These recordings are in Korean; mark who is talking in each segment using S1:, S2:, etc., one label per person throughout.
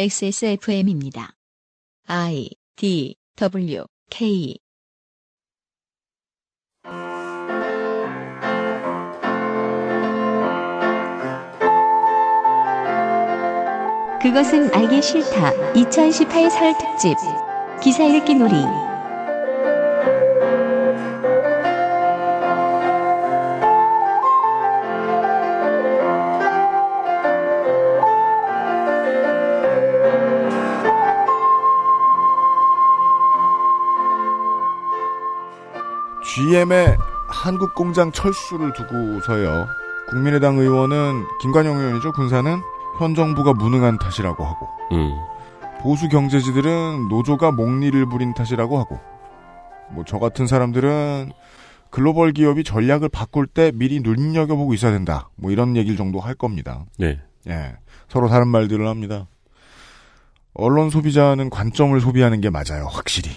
S1: XSFM입니다. I D W K
S2: 그것은 알기 싫다. 2018 설 특집. 기사 읽기 놀이.
S3: GM의 한국 공장 철수를 두고서요. 국민의당 의원은 김관영 의원이죠. 군사는 현 정부가 무능한 탓이라고 하고
S4: 음.
S3: 보수 경제지들은 노조가 목리를 부린 탓이라고 하고 뭐 저 같은 사람들은 글로벌 기업이 전략을 바꿀 때 미리 눈여겨보고 있어야 된다. 뭐 이런 얘기를 정도 할 겁니다.
S4: 네.
S3: 예. 서로 다른 말들을 합니다. 언론 소비자는 관점을 소비하는 게 맞아요. 확실히.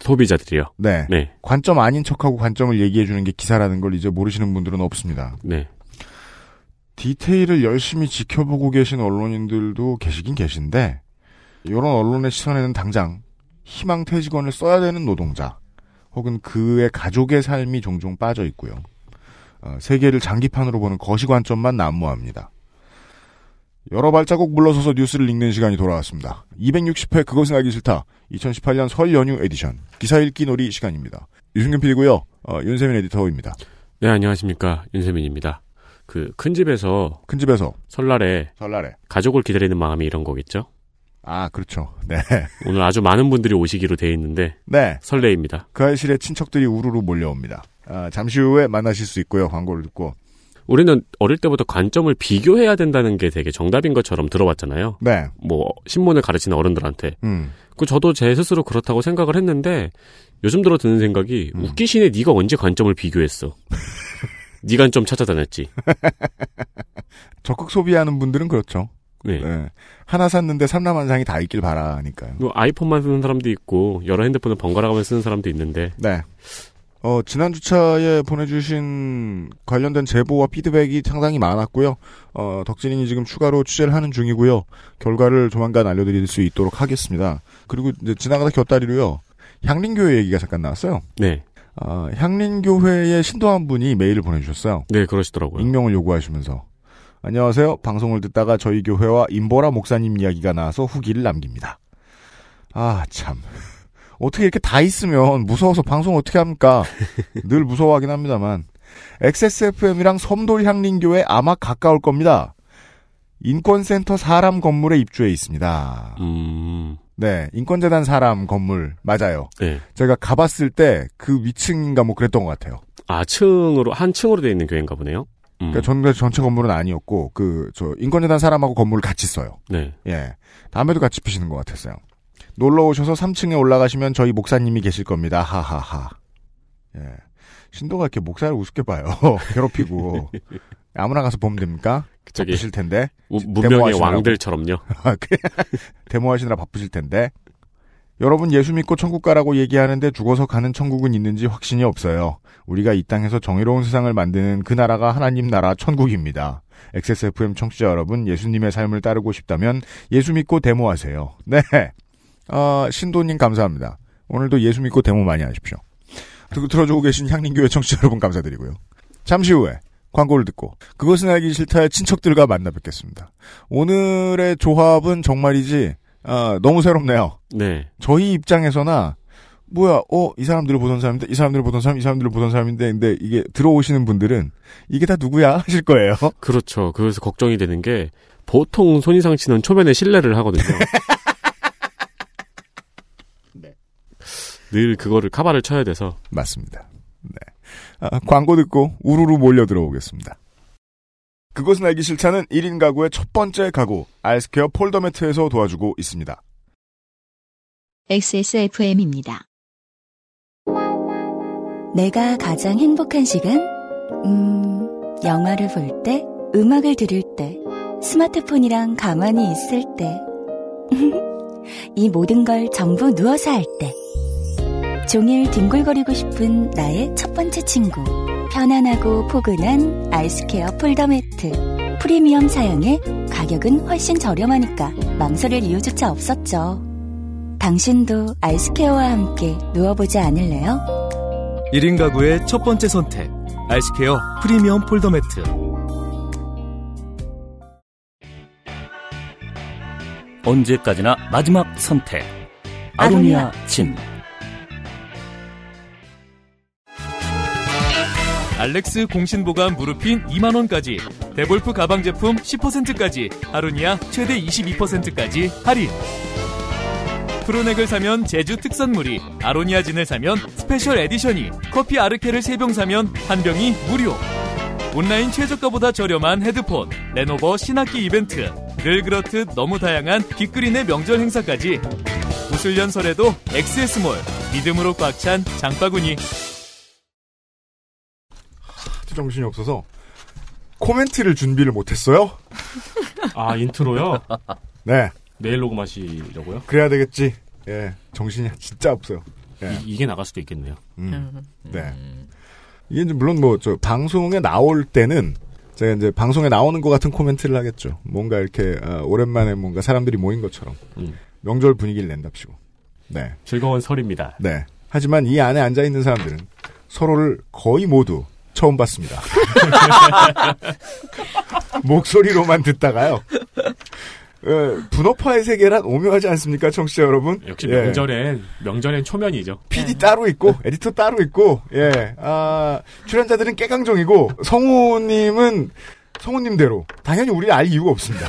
S4: 소비자들이요.
S3: 네.
S4: 네.
S3: 관점 아닌 척하고 관점을 얘기해 주는 게 기사라는 걸 이제 모르시는 분들은 없습니다.
S4: 네.
S3: 디테일을 열심히 지켜보고 계신 언론인들도 계시긴 계신데 이런 언론의 시선에는 당장 희망 퇴직원을 써야 되는 노동자 혹은 그의 가족의 삶이 종종 빠져 있고요. 어, 세계를 장기판으로 보는 거시 관점만 난무합니다. 여러 발자국 물러서서 뉴스를 읽는 시간이 돌아왔습니다. 260회 그것은 알기 싫다. 2018년 설 연휴 에디션 기사 읽기 놀이 시간입니다. 유승균 PD고요. 어, 윤세민 에디터입니다.
S4: 네, 안녕하십니까. 윤세민입니다. 그, 큰 집에서
S3: 큰 집에서
S4: 설날에
S3: 설날에
S4: 가족을 기다리는 마음이 이런 거겠죠?
S3: 아 그렇죠. 네.
S4: 오늘 아주 많은 분들이 오시기로 돼 있는데,
S3: 네.
S4: 설레입니다.
S3: 그 아이실에 친척들이 우르르 몰려옵니다. 아, 잠시 후에 만나실 수 있고요. 광고를 듣고.
S4: 우리는 어릴 때부터 관점을 비교해야 된다는 게 되게 정답인 것처럼 들어왔잖아요.
S3: 네.
S4: 뭐, 신문을 가르치는 어른들한테.
S3: 음.
S4: 그, 저도 제 스스로 그렇다고 생각을 했는데, 요즘 들어 드는 생각이,
S3: 음.
S4: 웃기시네, 네가 언제 관점을 비교했어? 네 관점 찾아다녔지.
S3: 적극 소비하는 분들은 그렇죠.
S4: 네.
S3: 네. 하나 샀는데 삼라만상이 다 있길 바라니까요.
S4: 뭐 아이폰만 쓰는 사람도 있고, 여러 핸드폰을 번갈아 가면서 쓰는 사람도 있는데,
S3: 네. 어, 지난 주차에 보내주신 관련된 제보와 피드백이 상당히 많았고요. 어, 덕진이 지금 추가로 취재를 하는 중이고요. 결과를 조만간 알려드릴 수 있도록 하겠습니다. 그리고 이제 지나가다 곁다리로요. 향린교회 얘기가 잠깐 나왔어요.
S4: 네.
S3: 아, 향린교회의 신도 한 분이 메일을 보내주셨어요.
S4: 네, 그러시더라고요.
S3: 익명을 요구하시면서 안녕하세요. 방송을 듣다가 저희 교회와 임보라 목사님 이야기가 나와서 후기를 남깁니다. 아 참. 어떻게 이렇게 다 있으면 무서워서 방송 어떻게 합니까? 늘 무서워하긴 합니다만 XSFM이랑 섬돌향린교회 아마 가까울 겁니다. 인권센터 사람 건물에 입주해 있습니다.
S4: 음,
S3: 네, 인권재단 사람 건물 맞아요.
S4: 네.
S3: 제가 가봤을 때 그 위층인가 뭐 그랬던 것 같아요.
S4: 아, 층으로, 한 층으로 되어 있는 교회인가 보네요. 음,
S3: 그러니까 전, 전체 건물은 아니었고 그 저 인권재단 사람하고 건물을 같이 써요.
S4: 네.
S3: 예. 다음에도 같이 피시는 것 같았어요. 놀러 오셔서 3층에 올라가시면 저희 목사님이 계실 겁니다. 하하하. 예. 신도가 이렇게 목사를 우습게 봐요. 괴롭히고. 아무나 가서 보면 됩니까?
S4: 저기,
S3: 바쁘실 텐데.
S4: 우- 문명의
S3: 데모하시느라고.
S4: 왕들처럼요.
S3: 데모하시느라 바쁘실 텐데. 여러분 예수 믿고 천국 가라고 얘기하는데 죽어서 가는 천국은 있는지 확신이 없어요. 우리가 이 땅에서 정의로운 세상을 만드는 그 나라가 하나님 나라 천국입니다. XSFM 청취자 여러분, 예수님의 삶을 따르고 싶다면 예수 믿고 데모하세요. 네. 아, 신도님 감사합니다. 오늘도 예수 믿고 데모 많이 하십시오. 들- 들어주고 계신 향린교회 청취자 여러분 감사드리고요. 잠시 후에 광고를 듣고 그것은 알기 싫다의 친척들과 만나 뵙겠습니다. 오늘의 조합은 정말이지 아, 너무 새롭네요.
S4: 네.
S3: 저희 입장에서나 뭐야 어 이 사람들을 보던 사람인데 이 사람들을 보던 사람 이 사람들을 보던 사람인데 근데 이게 들어오시는 분들은 이게 다 누구야 하실 거예요.
S4: 그렇죠. 그래서 걱정이 되는 게, 보통 손이상 씨는 초면에 신뢰를 하거든요.
S3: 네.
S4: 늘 그거를 카바를 쳐야 돼서,
S3: 맞습니다. 네. 아, 광고 듣고 우르르 몰려 들어오겠습니다. 그것은 알기 싫다는 1인 가구의 첫 번째 가구 알스케어 폴더 매트에서 도와주고 있습니다.
S1: XSFM입니다.
S2: 내가 가장 행복한 시간? 음, 영화를 볼 때, 음악을 들을 때, 스마트폰이랑 가만히 있을 때. 이 모든 걸 전부 누워서 할 때. 종일 뒹굴거리고 싶은 나의 첫 번째 친구. 편안하고 포근한 아이스케어 폴더 매트. 프리미엄 사양에 가격은 훨씬 저렴하니까 망설일 이유조차 없었죠. 당신도 아이스케어와 함께 누워보지 않을래요?
S5: 1인 가구의 첫 번째 선택. 아이스케어 프리미엄 폴더 매트.
S6: 언제까지나 마지막 선택. 아로니아 진.
S5: 알렉스 공신보관 무릎핀 2만원까지. 데볼프 가방 제품 10%까지. 아로니아 최대 22%까지 할인. 프로넥을 사면 제주 특산물이, 아로니아 진을 사면 스페셜 에디션이, 커피 아르케를 3병 사면 한 병이 무료. 온라인 최저가보다 저렴한 헤드폰, 레노버 신학기 이벤트, 늘 그렇듯 너무 다양한 빅그린의 명절 행사까지. 무술 연설에도 XS몰, 믿음으로 꽉 찬 장바구니.
S3: 하트 정신이 없어서 코멘트를 준비를 못했어요.
S4: 아 인트로요?
S3: 네,
S4: 내일 녹음하시려고요?
S3: 그래야 되겠지. 예, 정신이 진짜 없어요. 네.
S4: 이, 게 나갈 수도 있겠네요.
S3: 음. 네. 이게 이제 물론 뭐 저 방송에 나올 때는 제가 이제 방송에 나오는 것 같은 코멘트를 하겠죠. 뭔가 이렇게 어, 오랜만에 뭔가 사람들이 모인 것처럼
S4: 음.
S3: 명절 분위기를 낸답시고. 네,
S4: 즐거운 설입니다.
S3: 네. 하지만 이 안에 앉아 있는 사람들은 서로를 거의 모두 처음 봤습니다. 목소리로만 듣다가요. 어, 분업화의 세계란 오묘하지 않습니까, 청취자 여러분?
S4: 역시
S3: 예.
S4: 명절엔 명절엔 초면이죠.
S3: PD 따로 있고 에디터 따로 있고 예. 아, 출연자들은 깨강정이고 성우님은 성우님대로 당연히 우리를 알 이유가 없습니다.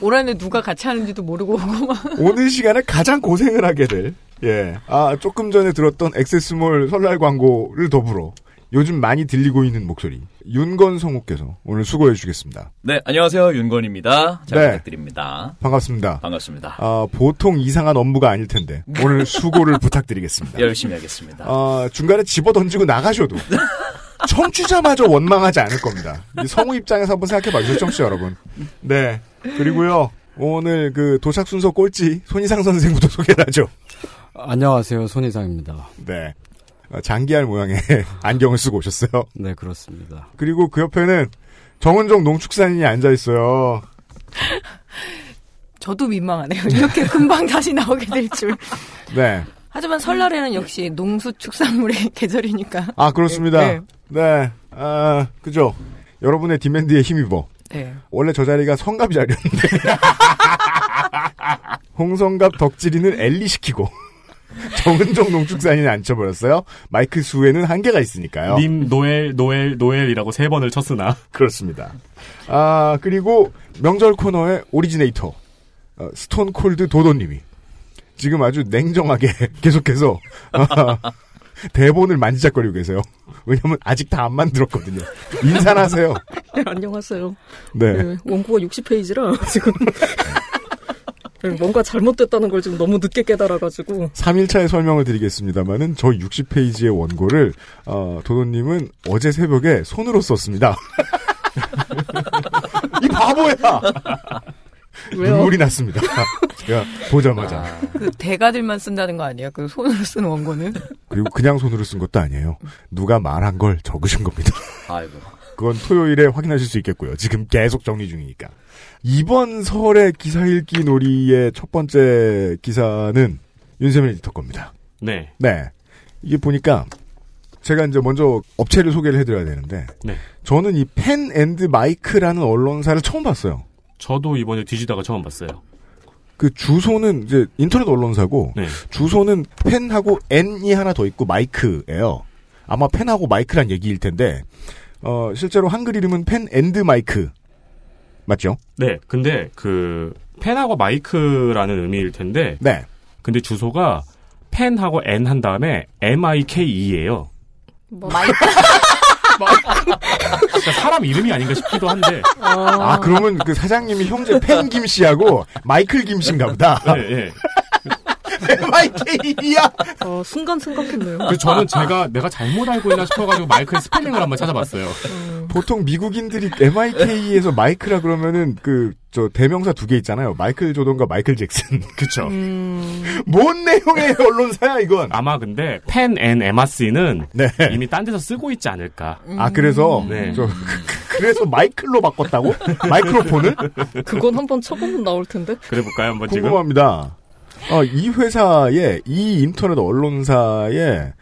S7: 올해는 누가 같이 하는지도 모르고 오고 막.
S3: 오늘 시간에 가장 고생을 하게 될 예. 아, 조금 전에 들었던 액세스몰 설날 광고를 더불어 요즘 많이 들리고 있는 목소리 윤건 성우께서 오늘 수고해 주겠습니다.
S8: 네, 안녕하세요. 윤건입니다. 잘
S3: 네.
S8: 부탁드립니다.
S3: 반갑습니다.
S8: 반갑습니다.
S3: 아, 보통 이상한 업무가 아닐 텐데 오늘 수고를 부탁드리겠습니다.
S8: 열심히 하겠습니다.
S3: 어, 중간에 집어 던지고 나가셔도 청취자마저 원망하지 않을 겁니다. 이 성우 입장에서 한번 생각해 봐주세요, 청취자 여러분. 네. 그리고요. 오늘 그 도착 순서 꼴찌 손희상 선생부터 소개하죠.
S9: 안녕하세요. 손희상입니다.
S3: 네. 어, 장기할 모양의 안경을 쓰고 오셨어요.
S9: 네, 그렇습니다.
S3: 그리고 그 옆에는 정은정 농축산인이 앉아 있어요.
S7: 저도 민망하네요. 이렇게 금방 다시 나오게 될 줄.
S3: 네.
S7: 하지만 설날에는 역시 농수축산물의 계절이니까.
S3: 아 그렇습니다.
S7: 네.
S3: 네. 아 그죠. 여러분의 디맨드에 힘입어
S7: 네.
S3: 원래 저 자리가 성갑 자리였는데 홍성갑 덕질이는 엘리 시키고 정은종 농축산인 앉혀버렸어요. 마이크 수에는 한계가 있으니까요.
S4: 님 노엘 노엘 노엘이라고 세 번을 쳤으나
S3: 그렇습니다. 아 그리고 명절 코너의 오리지네이터 어, 스톤 콜드 도도님이 지금 아주 냉정하게 계속해서 아, 대본을 만지작거리고 계세요. 왜냐면 아직 다 안 만들었거든요. 인사하세요.
S10: 안녕하세요.
S3: 네.
S7: 그
S10: 네, 원고가 60페이지라 지금 네, 뭔가 잘못됐다는 걸 지금 너무 늦게 깨달아가지고
S3: 3일차에 설명을 드리겠습니다만은 저 60페이지의 원고를 어, 도도님은 어제 새벽에 손으로 썼습니다. 이 바보야!
S10: 왜요?
S3: 눈물이 났습니다. 제가 보자마자
S7: 그 대가들만 쓴다는 거 아니에요? 그 손으로 쓴 원고는?
S3: 그리고 그냥 손으로 쓴 것도 아니에요. 누가 말한 걸 적으신 겁니다.
S8: 아이고.
S3: 그건 토요일에 확인하실 수 있겠고요. 지금 계속 정리 중이니까. 이번 설의 기사 읽기 놀이의 첫 번째 기사는 윤세민 에디터 겁니다.
S4: 네.
S3: 네. 이게 보니까 제가 이제 먼저 업체를 소개를 해드려야 되는데
S4: 네.
S3: 저는 이 펜 앤드 마이크라는 언론사를 처음 봤어요.
S4: 저도 이번에 뒤지다가 처음 봤어요.
S3: 그 주소는 이제 인터넷 언론사고
S4: 네.
S3: 주소는 펜하고 N이 하나 더 있고 마이크예요. 아마 펜하고 마이크란 얘기일 텐데 어, 실제로 한글 이름은 펜 앤드 마이크 맞죠?
S4: 네. 근데 그 펜하고 마이크라는 의미일 텐데
S3: 네.
S4: 근데 주소가 펜하고 N 한 다음에 M I K E예요.
S7: 뭐. 마이크.
S4: 그러니까 사람 이름이 아닌가 싶기도 한데.
S3: 아 그러면 그 사장님이 형제 펜 김 씨하고 마이클 김 씨인가 보다. 네,
S4: 예, 예.
S3: 마이클이야.
S10: 어, 순간 생각했네요.
S4: 그 저는 제가 내가 잘못 알고 있나 싶어가지고 마이크의 스펠링을 한번 찾아봤어요.
S3: 보통 미국인들이 MIK에서 마이크라 그러면은 그 저 대명사 두 개 있잖아요. 마이클 조던과 마이클 잭슨. 그쵸.
S10: 음.
S3: 뭔 내용의 언론사야 이건?
S4: 아마 근데 펜 앤 에마 씨는 이미 딴 데서 쓰고 있지 않을까.
S3: 아 그래서
S4: 네.
S3: 저 그래서 마이클로 바꿨다고? 마이크로폰을?
S10: 그건 한번 쳐보면 나올 텐데.
S4: 그래 볼까요, 한번 지금?
S3: 궁금합니다. 아, 이 회사의 이 인터넷 언론사의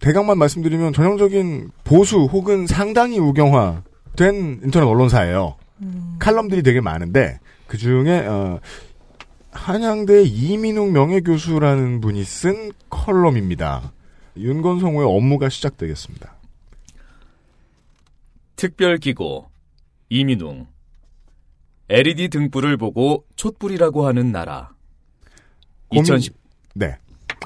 S3: 대강만 말씀드리면 전형적인 보수 혹은 상당히 우경화 된 인터넷 언론사예요. 칼럼들이 되게 많은데 그 중에 한양대 이민웅 명예교수라는 분이 쓴 컬럼입니다. 윤건성호의 업무가 시작되겠습니다.
S8: 특별기고 이민웅 LED 등불을 보고 촛불이라고 하는 나라
S3: 고민-
S8: 2010
S3: 네.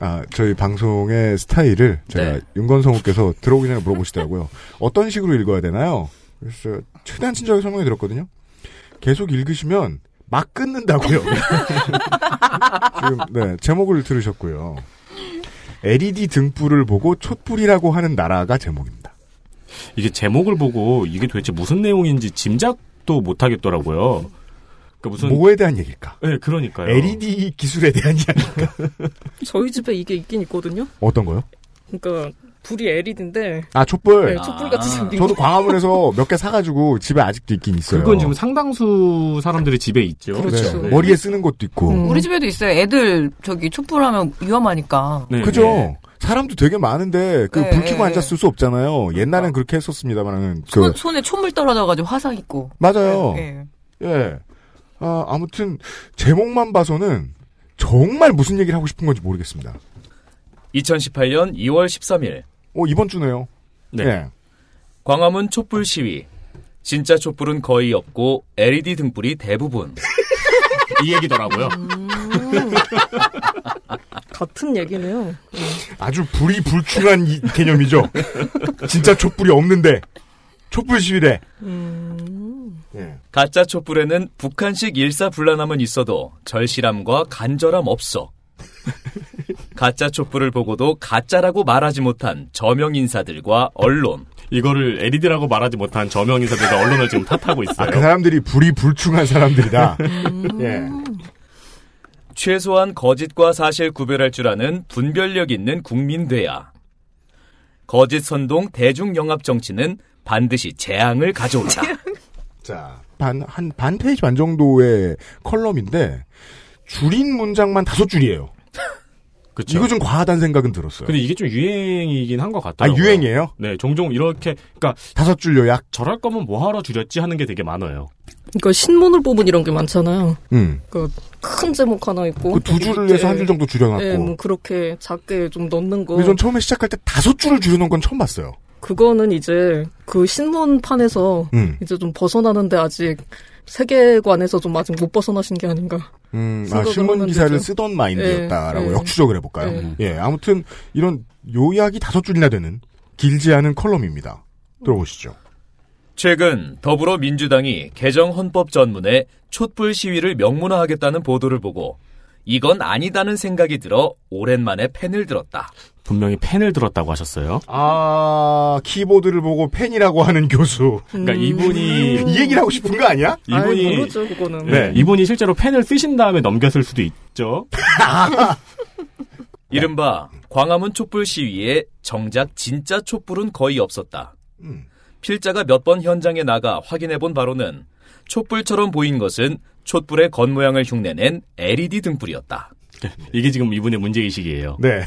S3: 아, 저희 방송의 스타일을
S4: 네.
S3: 제가 윤건성우께서 들어오기 전에 물어보시더라고요. 어떤 식으로 읽어야 되나요? 그래서 최대한 친절하게 설명해 드렸거든요. 계속 읽으시면 막 끊는다고요. 지금 네, 제목을 들으셨고요. LED 등불을 보고 촛불이라고 하는 나라가 제목입니다.
S4: 이게 제목을 보고 이게 도대체 무슨 내용인지 짐작도 못 하겠더라고요. 그러니까 무슨
S3: 뭐에 대한 얘기일까?
S4: 네, 그러니까요.
S3: LED 기술에 대한 이야기.
S10: 저희 집에 이게 있긴 있거든요.
S3: 어떤 거요?
S10: 그러니까 불이 LED인데
S3: 아, 촛불.
S10: 네, 촛불같이 생긴
S3: 저도
S10: 거.
S3: 광화문에서 몇 개 사가지고 집에 아직도 있긴 있어요.
S4: 그건 지금 상당수 사람들이 집에 있죠.
S3: 그렇죠. 네. 머리에 쓰는 것도 있고.
S7: 음. 우리 집에도 있어요. 애들 저기 촛불하면 위험하니까.
S4: 네.
S3: 그죠? 사람도 되게 많은데 그
S7: 네,
S3: 불 켜고
S7: 네, 그렇죠.
S3: 앉았을 수 없잖아요. 옛날엔 그렇게 했었습니다만은 그
S7: 손, 손에 촛물 떨어져가지고 화상 있고.
S3: 맞아요.
S7: 예.
S3: 예. 아, 아무튼 제목만 봐서는 정말 무슨 얘기를 하고 싶은 건지 모르겠습니다.
S8: 2018년 2월 13일
S3: 어, 이번 주네요. 네.
S8: 광화문 촛불 시위 진짜 촛불은 거의 없고 LED 등불이 대부분
S4: 이 얘기더라고요.
S10: 같은 얘기네요.
S3: 아주 불이 불충한 이 개념이죠. 진짜 촛불이 없는데 촛불 시위래.
S7: 음.
S3: 예.
S8: 가짜 촛불에는 북한식 일사불란함은 있어도 절실함과 간절함 없어. 가짜 촛불을 보고도 가짜라고 말하지 못한 저명 인사들과 언론.
S4: 이거를 LED라고 말하지 못한 저명 인사들과 언론을 지금 탓하고 있어요.
S3: 아, 그 사람들이 불이 불충한 사람들이다.
S7: 음.
S3: 예.
S8: 최소한 거짓과 사실 구별할 줄 아는 분별력 있는 국민 돼야. 거짓 선동 대중 영합 정치는 반드시 재앙을 가져온다.
S3: 자, 반, 한, 반 페이지 반 정도의 컬럼인데, 줄인 문장만 다섯 줄이에요.
S4: 그쵸.
S3: 이거 좀 과하다는 생각은 들었어요.
S4: 근데 이게 좀 유행이긴 한 것 같아요.
S3: 아, 유행이에요?
S4: 네, 종종 이렇게 그러니까
S3: 다섯 줄 요약.
S4: 저럴 거면 뭐 하러 줄였지 하는 게 되게 많아요.
S10: 그러니까 신문을 뽑은 이런 게 많잖아요.
S3: 음.
S10: 그큰 제목 하나 있고
S3: 그 두 줄을
S10: 밑에,
S3: 해서 한줄 정도 줄여놨고.
S10: 예, 뭐 그렇게 작게 좀 넣는 거.
S3: 근데 전 처음에 시작할 때 다섯 줄을 줄여놓은 건 처음 봤어요.
S10: 그거는 이제 그 신문판에서
S3: 음.
S10: 이제 좀 벗어나는데 아직 세계관에서 좀 아직 못 벗어나신 게 아닌가.
S3: 음, 아,
S10: 생각을
S3: 신문
S10: 하면
S3: 기사를
S10: 되죠.
S3: 쓰던 마인드였다라고
S10: 예, 예.
S3: 역추적을 해볼까요? 예, 아무튼 이런 요약이 다섯 줄이나 되는 길지 않은 컬럼입니다. 들어보시죠.
S8: 최근 더불어민주당이 개정 헌법 전문에 촛불 시위를 명문화하겠다는 보도를 보고 이건 아니다는 생각이 들어 오랜만에 펜을 들었다.
S4: 분명히 펜을 들었다고 하셨어요.
S3: 아, 키보드를 보고 팬이라고 하는 교수.
S4: 그러니까 이분이
S3: 이 얘기를 하고 싶은 거 음. 아니야?
S4: 이분이
S10: 음. 아이, 모르죠 그거는.
S4: 네, 이분이 실제로 펜을 쓰신 다음에 넘겼을 수도 있죠.
S8: 이른바 광화문 촛불 시위에 정작 진짜 촛불은 거의 없었다. 필자가 몇 번 현장에 나가 확인해 본 바로는 촛불처럼 보인 것은 촛불의 겉모양을 흉내낸 LED 등불이었다.
S4: 이게 지금 이분의 문제의식이에요.
S3: 네.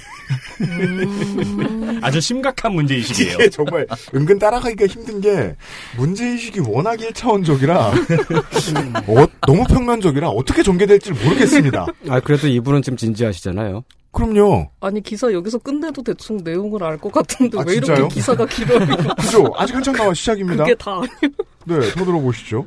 S10: 음.
S4: 아주 심각한 문제의식이에요.
S3: 이게 정말 은근 따라가기가 힘든 게 문제의식이 워낙 1차원적이라 너무 평면적이라 어떻게 전개될지 를 모르겠습니다.
S9: 아, 그래도 이분은 좀 진지하시잖아요.
S3: 그럼요.
S10: 아니 기사 여기서 끝내도 대충 내용을 알 것 같은데
S3: 아,
S10: 왜
S3: 진짜요?
S10: 이렇게 기사가 길어요?
S3: 그죠? 아직 한참 남아 시작입니다.
S10: 그게 다
S3: 네, 더 들어보시죠.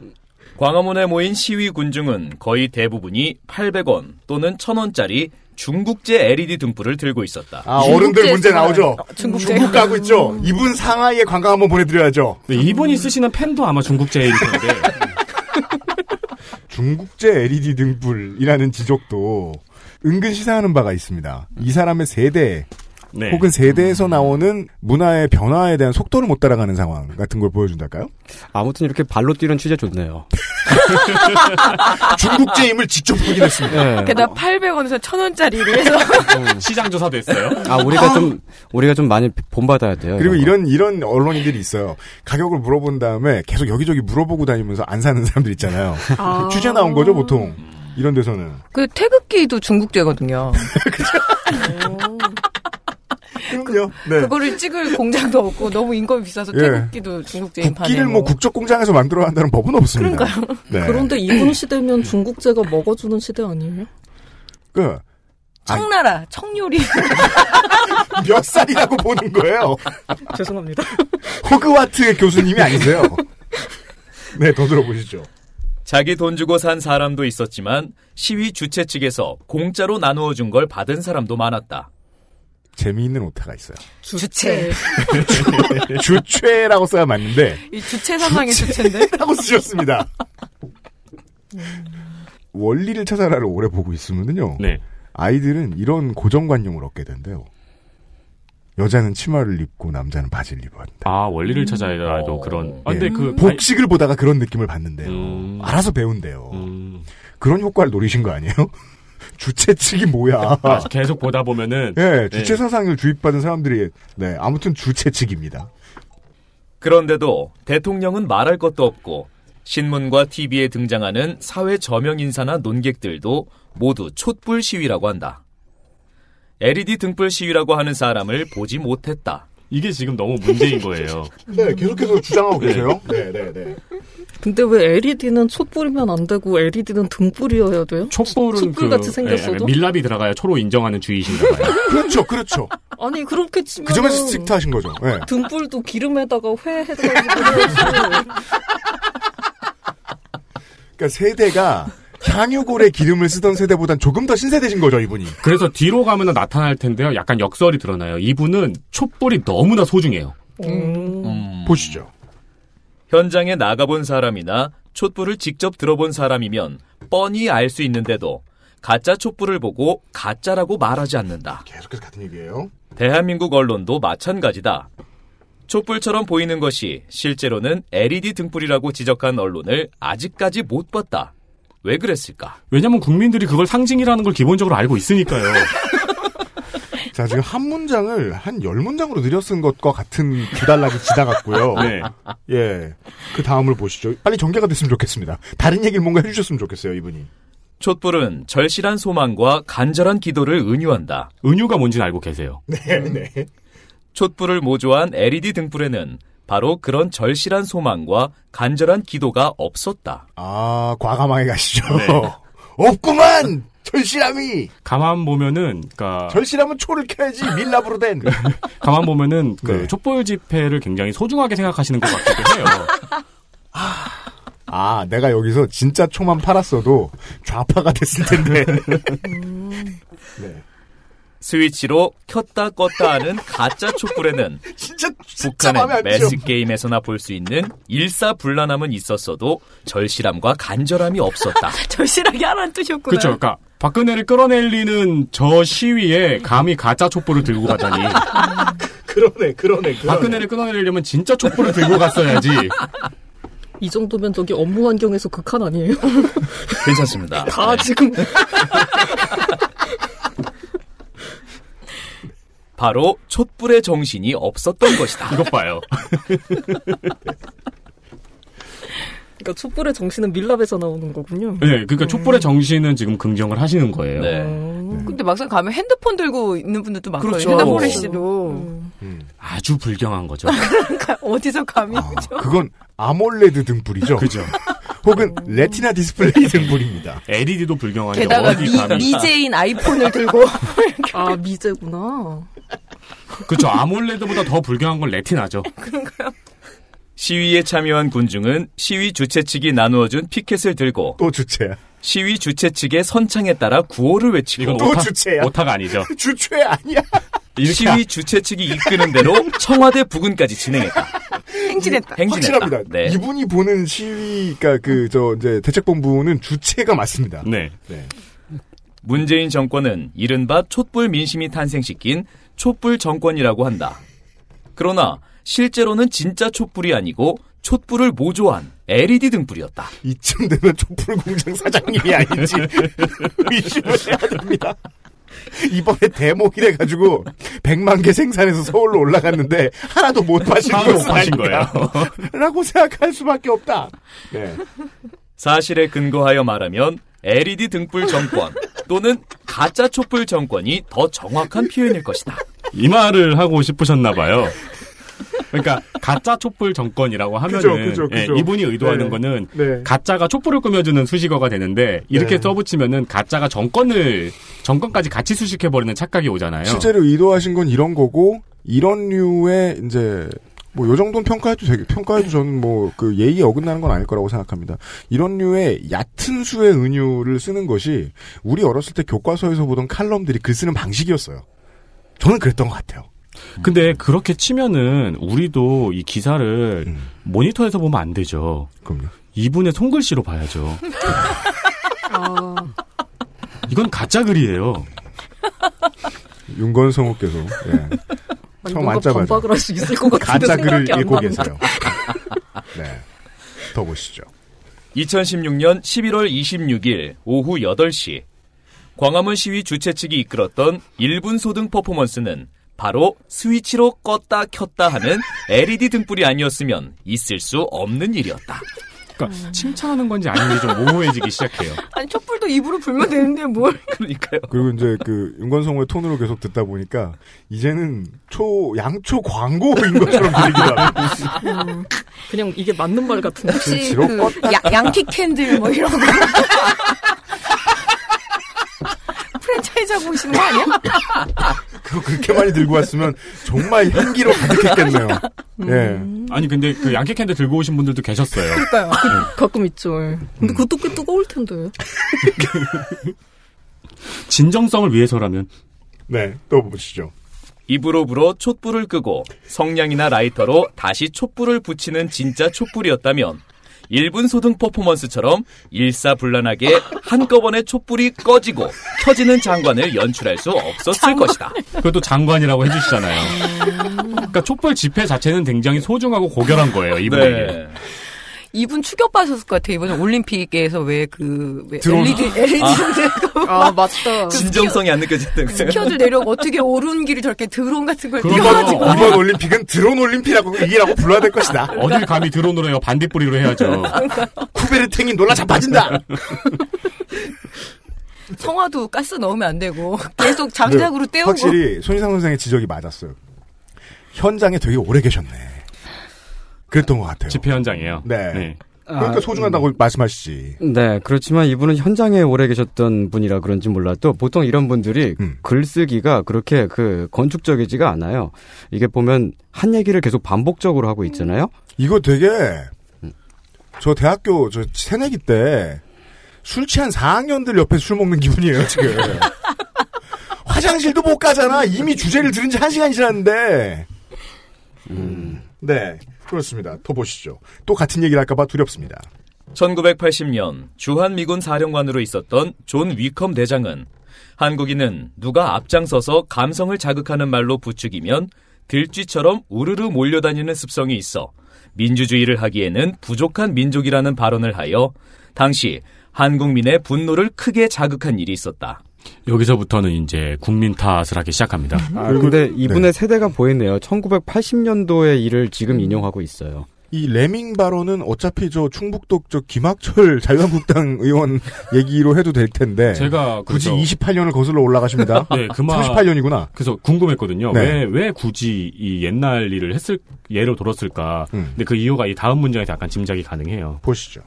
S8: 광화문에 모인 시위 군중은 거의 대부분이 800원 또는 1000원짜리 중국제 LED 등불을 들고 있었다.
S3: 아, 어른들 문제
S7: 중국제에서
S3: 나오죠?
S7: 중국제. 음.
S3: 중국 가고 있죠? 이분 상하이에 관광 한번 보내드려야죠.
S4: 네, 이분이 쓰시는 펜도 아마 중국제일 텐데
S3: 중국제 LED 등불이라는 지적도 은근 시사하는 바가 있습니다. 이 사람의 세대에
S4: 네.
S3: 혹은 세대에서 나오는 문화의 변화에 대한 속도를 못 따라가는 상황 같은 걸 보여준달까요?
S9: 아무튼 이렇게 발로 뛰는 취재 좋네요.
S3: 중국제임을 직접
S9: 네.
S3: 확인했습니다.
S7: 게다가 800원에서 1000원짜리로 해서
S4: 시장 조사도 했어요.
S9: 아 우리가 좀 우리가 좀 많이 본받아야 돼요.
S3: 그리고
S9: 이런 거.
S3: 이런 이런 언론인들이 있어요. 가격을 물어본 다음에 계속 여기저기 물어보고 다니면서 안 사는 사람들 있잖아요.
S7: 아.
S3: 취재 나온 거죠 보통 이런 데서는.
S7: 그 태극기도 중국제거든요.
S3: 그럼요. 네.
S7: 그거를 찍을 공장도 없고 너무 인건비 비싸서
S3: 예.
S7: 태극기도 중국제인 판에
S3: 끼를 뭐 국적 공장에서 만들어 한다는 법은 없습니다.
S7: 그러니까요.
S3: 네.
S10: 그런데 이분 시대면 중국제가 먹어주는 시대 아니에요?
S3: 그, 아니,
S7: 청나라, 청요리.
S3: 몇 살이라고 보는 거예요?
S10: 죄송합니다.
S3: 호그와트 교수님이 아니세요? 네, 더 들어보시죠.
S8: 자기 돈 주고 산 사람도 있었지만 시위 주최 측에서 공짜로 나누어 준 걸 받은 사람도 많았다.
S3: 재미있는 오타가 있어요.
S7: 주체.
S3: 주최라고 써야 맞는데
S7: 이 주체 사상의 주체인데?
S3: 라고 쓰셨습니다. 음. 원리를 찾아라를 오래 보고 있으면요.
S4: 네.
S3: 아이들은 이런 고정관념을 얻게 된대요. 여자는 치마를 입고 남자는 바지를 입어야 한다.
S4: 아 원리를 찾아야도 그런. 아, 근데
S3: 예.
S4: 그 음.
S3: 복식을 보다가 그런 느낌을 받는데요. 알아서 배운대요. 그런 효과를 노리신 거 아니에요? 주체 측이 뭐야?
S4: 아, 계속 보다 보면은
S3: 예, 주체 사상을 주입받은 사람들이 네, 아무튼 주체 측입니다.
S8: 그런데도 대통령은 말할 것도 없고 신문과 TV에 등장하는 사회 저명 인사나 논객들도 모두 촛불 시위라고 한다. LED 등불 시위라고 하는 사람을 보지 못했다.
S4: 이게 지금 너무 문제인 거예요.
S3: 네, 계속해서 주장하고
S4: 계세요.
S3: 네, 네, 네.
S10: 근데 왜 LED는 촛불이면 안 되고 LED는 등불이어야 돼요?
S4: 촛불은
S10: 촛불같이
S4: 그, 예,
S10: 생겼어도?
S4: 약간 밀랍이 들어가야 초로 인정하는 주의신가 봐요.
S3: 그렇죠, 그렇죠.
S10: 아니 그렇게 치면
S3: 그 점에서 스트릭트하신 거죠. 예.
S10: 등불도 기름에다가 회해가지고
S3: 그러니까 세대가 향유골에 기름을 쓰던 세대보단 조금 더 신세대신 거죠, 이분이.
S4: 그래서 뒤로 가면 나타날 텐데요. 약간 역설이 드러나요. 이분은 촛불이 너무나 소중해요.
S8: 음.
S3: 보시죠.
S8: 현장에 나가본 사람이나 촛불을 직접 들어본 사람이면 뻔히 알 수 있는데도 가짜 촛불을 보고 가짜라고 말하지 않는다.
S3: 계속해서 같은 얘기예요.
S8: 대한민국 언론도 마찬가지다. 촛불처럼 보이는 것이 실제로는 LED 등불이라고 지적한 언론을 아직까지 못 봤다. 왜 그랬을까?
S4: 왜냐면 국민들이 그걸 상징이라는 걸 기본적으로 알고 있으니까요.
S3: 자, 지금 한 문장을 한 열 문장으로 늘려 쓴 것과 같은 두 달락이 지나갔고요.
S4: 네.
S3: 예. 그 다음을 보시죠. 빨리 전개가 됐으면 좋겠습니다. 다른 얘기를 뭔가 해주셨으면 좋겠어요, 이분이.
S8: 촛불은 절실한 소망과 간절한 기도를 은유한다.
S4: 은유가 뭔지는 알고 계세요.
S3: 네, 네.
S8: 촛불을 모조한 LED 등불에는 바로 그런 절실한 소망과 간절한 기도가 없었다.
S3: 아, 과감하게 가시죠.
S8: 네.
S3: 없구만! 절실함이!
S4: 가만 보면은, 그니까,
S3: 절실함은 초를 켜야지, 밀랍으로 된!
S4: 가만 보면은, 그, 촛불 집회를 굉장히 소중하게 생각하시는 것 같기도 해요.
S3: 아, 내가 여기서 진짜 초만 팔았어도 좌파가 됐을 텐데.
S8: 스위치로 켰다 껐다 하는 가짜 촛불에는
S3: 마음에 안 들어.
S8: 북한의 매스 게임에서나 볼 수 있는 일사불란함은 있었어도 절실함과 간절함이 없었다.
S7: 절실하게 하라는 뜻이었구나.
S4: 그쵸. 그니까, 박근혜를 끌어내리는 저 시위에 감히 가짜 촛불을 들고 가다니.
S3: 그러네, 그러네, 그러네.
S4: 아, 박근혜를 끌어내리려면 진짜 촛불을 들고 갔어야지.
S10: 이 정도면 저기 업무 환경에서 극한 아니에요? 네. 그러니까
S8: 괜찮습니다. 네.
S10: 다 지금
S8: 바로 촛불의 정신이 없었던 것이다.
S4: 이것 봐요.
S10: 그러니까 촛불의 정신은 밀랍에서 나오는 거군요.
S4: 네, 그러니까 촛불의 정신은 지금 긍정을 하시는 거예요.
S8: 네.
S7: 근데 막상 가면 핸드폰 들고 있는 분들도 많거든요.
S8: 그렇죠.
S7: 핸드폰 레시도
S4: 아주 불경한 거죠.
S7: 어디서 감히
S3: 아,
S7: 그죠?
S3: 그건 아몰레드 등불이죠.
S4: 그죠.
S3: 혹은 레티나 디스플레이 등불입니다.
S4: LED도 E 불경하죠.
S7: 게다가
S4: 어디 감히.
S7: 미, 제인 아이폰을 들고
S10: 아 미제구나.
S4: 그쵸. 아몰레드보다 더 불경한 건 레티나죠.
S8: 시위에 참여한 군중은 시위 주최 측이 나누어준 피켓을 들고
S3: 또 주체야.
S8: 시위 주최 측의 선창에 따라 구호를
S4: 이건
S8: 외치고
S3: 또 주체야.
S4: 오타가 아니죠.
S3: 그 주최 아니야.
S8: 시위 주최 측이 이끄는 대로 청와대 부근까지 진행했다.
S7: 행진했다.
S8: 행진했다.
S3: 확실합니다.
S8: 네.
S3: 이분이 보는 시위가 그 저 이제 대책본부는 주체가 맞습니다.
S4: 네.
S8: 문재인 정권은 이른바 촛불 민심이 탄생시킨 촛불 정권이라고 한다. 그러나 실제로는 진짜 촛불이 아니고 촛불을 모조한 LED 등불이었다.
S3: 이쯤 되면 촛불 공장 사장님이 아닌지 의심을 해야 됩니다. 이번에 대목이래 가지고 100만 개 생산해서 서울로 올라갔는데 하나도 못 파신
S8: 하나도 못
S3: 거
S8: 파신
S3: 아닌가?
S8: 거예요.
S3: 라고 생각할 수밖에 없다. 네.
S8: 사실에 근거하여 말하면 LED 등불 정권 또는 가짜 촛불 정권이 더 정확한 표현일 것이다.
S4: 이 말을 하고 싶으셨나 봐요. 그러니까 가짜 촛불 정권이라고 하면은
S8: 그죠, 그죠,
S4: 예,
S8: 그죠.
S4: 이분이 의도하는
S8: 네.
S4: 거는
S3: 네.
S4: 가짜가 촛불을 꾸며주는 수식어가 되는데 이렇게
S3: 네.
S4: 써붙이면은 가짜가 정권을 정권까지 같이 수식해 버리는 착각이 오잖아요.
S3: 실제로 의도하신 건 이런 거고 이런 류의 이제 뭐 요 정도는 평가해도 되게 평가해도 저는 뭐 그 예의에 어긋나는 건 아닐 거라고 생각합니다. 이런 류의 얕은 수의 은유를 쓰는 것이 우리 어렸을 때 교과서에서 보던 칼럼들이 글 쓰는 방식이었어요. 저는 그랬던 것 같아요.
S4: 근데 그렇게 치면은 우리도 이 기사를
S8: 음.
S4: 모니터에서 보면 안 되죠.
S3: 그럼요.
S4: 이분의 손글씨로 봐야죠. 이건 가짜 글이에요.
S3: 윤건성호께서 예.
S10: 아니,
S3: 처음
S10: 뭔가
S3: 앉자마자
S10: 반박을 할수 있을 것 같은데
S3: 가짜 글을
S10: 생각이 안
S3: 읽고
S10: 나는데.
S3: 계세요. 네. 더 보시죠.
S8: 2016년 11월 26일 오후 8시 광화문 시위 주최 측이 이끌었던 1분 소등 퍼포먼스는 바로 스위치로 껐다 켰다 하는 LED 등불이 아니었으면 있을 수 없는 일이었다.
S4: 그러니까 칭찬하는 건지 아닌지 좀 모호해지기 시작해요.
S7: 아니 촛불도 입으로 불면 되는데 뭘?
S8: 그러니까요.
S3: 그리고 이제 그 윤건성호의 톤으로 계속 듣다 보니까 이제는 초 양초 광고인 것처럼 들리기도 하고
S10: 음, 그냥 이게 맞는 말 같은데.
S7: 혹시 그 야- 양키 캔들 뭐 이런 거 프랜차이즈 하고 오시는 거 아니야?
S3: 그거 그렇게 많이 들고 왔으면 정말 향기로 가득했겠네요.
S7: 음.
S3: 예.
S4: 아니 근데 그 양키 캔들 들고 오신 분들도 계셨어요.
S10: 그러니까요. 가끔 있죠. 예.
S3: 음.
S10: 근데 그것도 꽤 뜨거울 텐데.
S4: 진정성을 위해서라면
S3: 네, 또 보시죠.
S8: 입으로 불어 촛불을 끄고 성냥이나 라이터로 다시 촛불을 붙이는 진짜 촛불이었다면 1분 소등 퍼포먼스처럼 일사불란하게 한꺼번에 촛불이 꺼지고 켜지는 장관을 연출할 수 없었을 것이다.
S4: 그것도 장관이라고 해주시잖아요. 그러니까 촛불 집회 자체는 굉장히 소중하고 고결한
S3: 네.
S4: 거예요 이분에게.
S8: 네.
S7: 이분 추격 받으셨을 것 같아. 이번에 올림픽에서 왜 그 왜
S4: 드론.
S7: LED LED
S4: 아.
S7: 아 맞다.
S8: 진정성이 안 느껴졌던 거예요.
S7: 스켜들 내려고 어떻게 오른 길이 저렇게 드론 같은 걸
S3: 이번,
S7: 띄워가지고
S3: 이번 올림픽은 드론 올림픽이라고 이라고 불러야 될 것이다.
S4: 어딜 감히 드론으로 해요? 반딧불이로 해야죠.
S3: 쿠베르탱이 놀라 자빠진다.
S7: 성화도 가스 넣으면 안 되고 계속 장작으로
S3: 네,
S7: 때우고
S3: 확실히 손희상 선생의 지적이 맞았어요. 현장에 되게 오래 계셨네. 그랬던 것 같아요.
S4: 집회 현장이에요.
S3: 네.
S9: 아,
S3: 그러니까 소중하다고 말씀하시지.
S9: 네, 그렇지만 이분은 현장에 오래 계셨던 분이라 그런지 몰라도 보통 이런 분들이 글쓰기가 그렇게 그 건축적이지가 않아요. 이게 보면 한 얘기를 계속 반복적으로 하고 있잖아요.
S3: 이거 되게 저 대학교 저 새내기 때 술 취한 4학년들 옆에 술 먹는 기분이에요 지금. 화장실도 못 가잖아. 이미 주제를 들은 지 한 시간 이 지났는데. 네, 그렇습니다. 더 보시죠. 또 같은 얘기를 할까봐 두렵습니다.
S8: 1980년 주한미군 사령관으로 있었던 존 위컴 대장은 한국인은 누가 앞장서서 감성을 자극하는 말로 부추기면 들쥐처럼 우르르 몰려다니는 습성이 있어 민주주의를 하기에는 부족한 민족이라는 발언을 하여 당시 한국민의 분노를 크게 자극한 일이 있었다.
S4: 여기서부터는 이제 국민 탓을 하기 시작합니다.
S3: 네.
S9: 아, 근데 이분의 세대가 보이네요. 1980년도의 일을 지금 인용하고 있어요.
S3: 이 레밍 발언은 어차피 저 충북도 저 김학철 자유한국당 의원 얘기로 해도 될 텐데
S4: 제가
S3: 굳이
S4: 그래서-
S3: 28년을 거슬러 올라가십니다.
S4: 네, 그만.
S3: 38년이구나.
S4: 그래서 궁금했거든요.
S3: 네.
S4: 왜, 왜 굳이 이 옛날 일을 했을, 예로 돌었을까.
S3: 음.
S4: 근데 그 이유가 이 다음 문장에서 약간 짐작이 가능해요.
S3: 보시죠.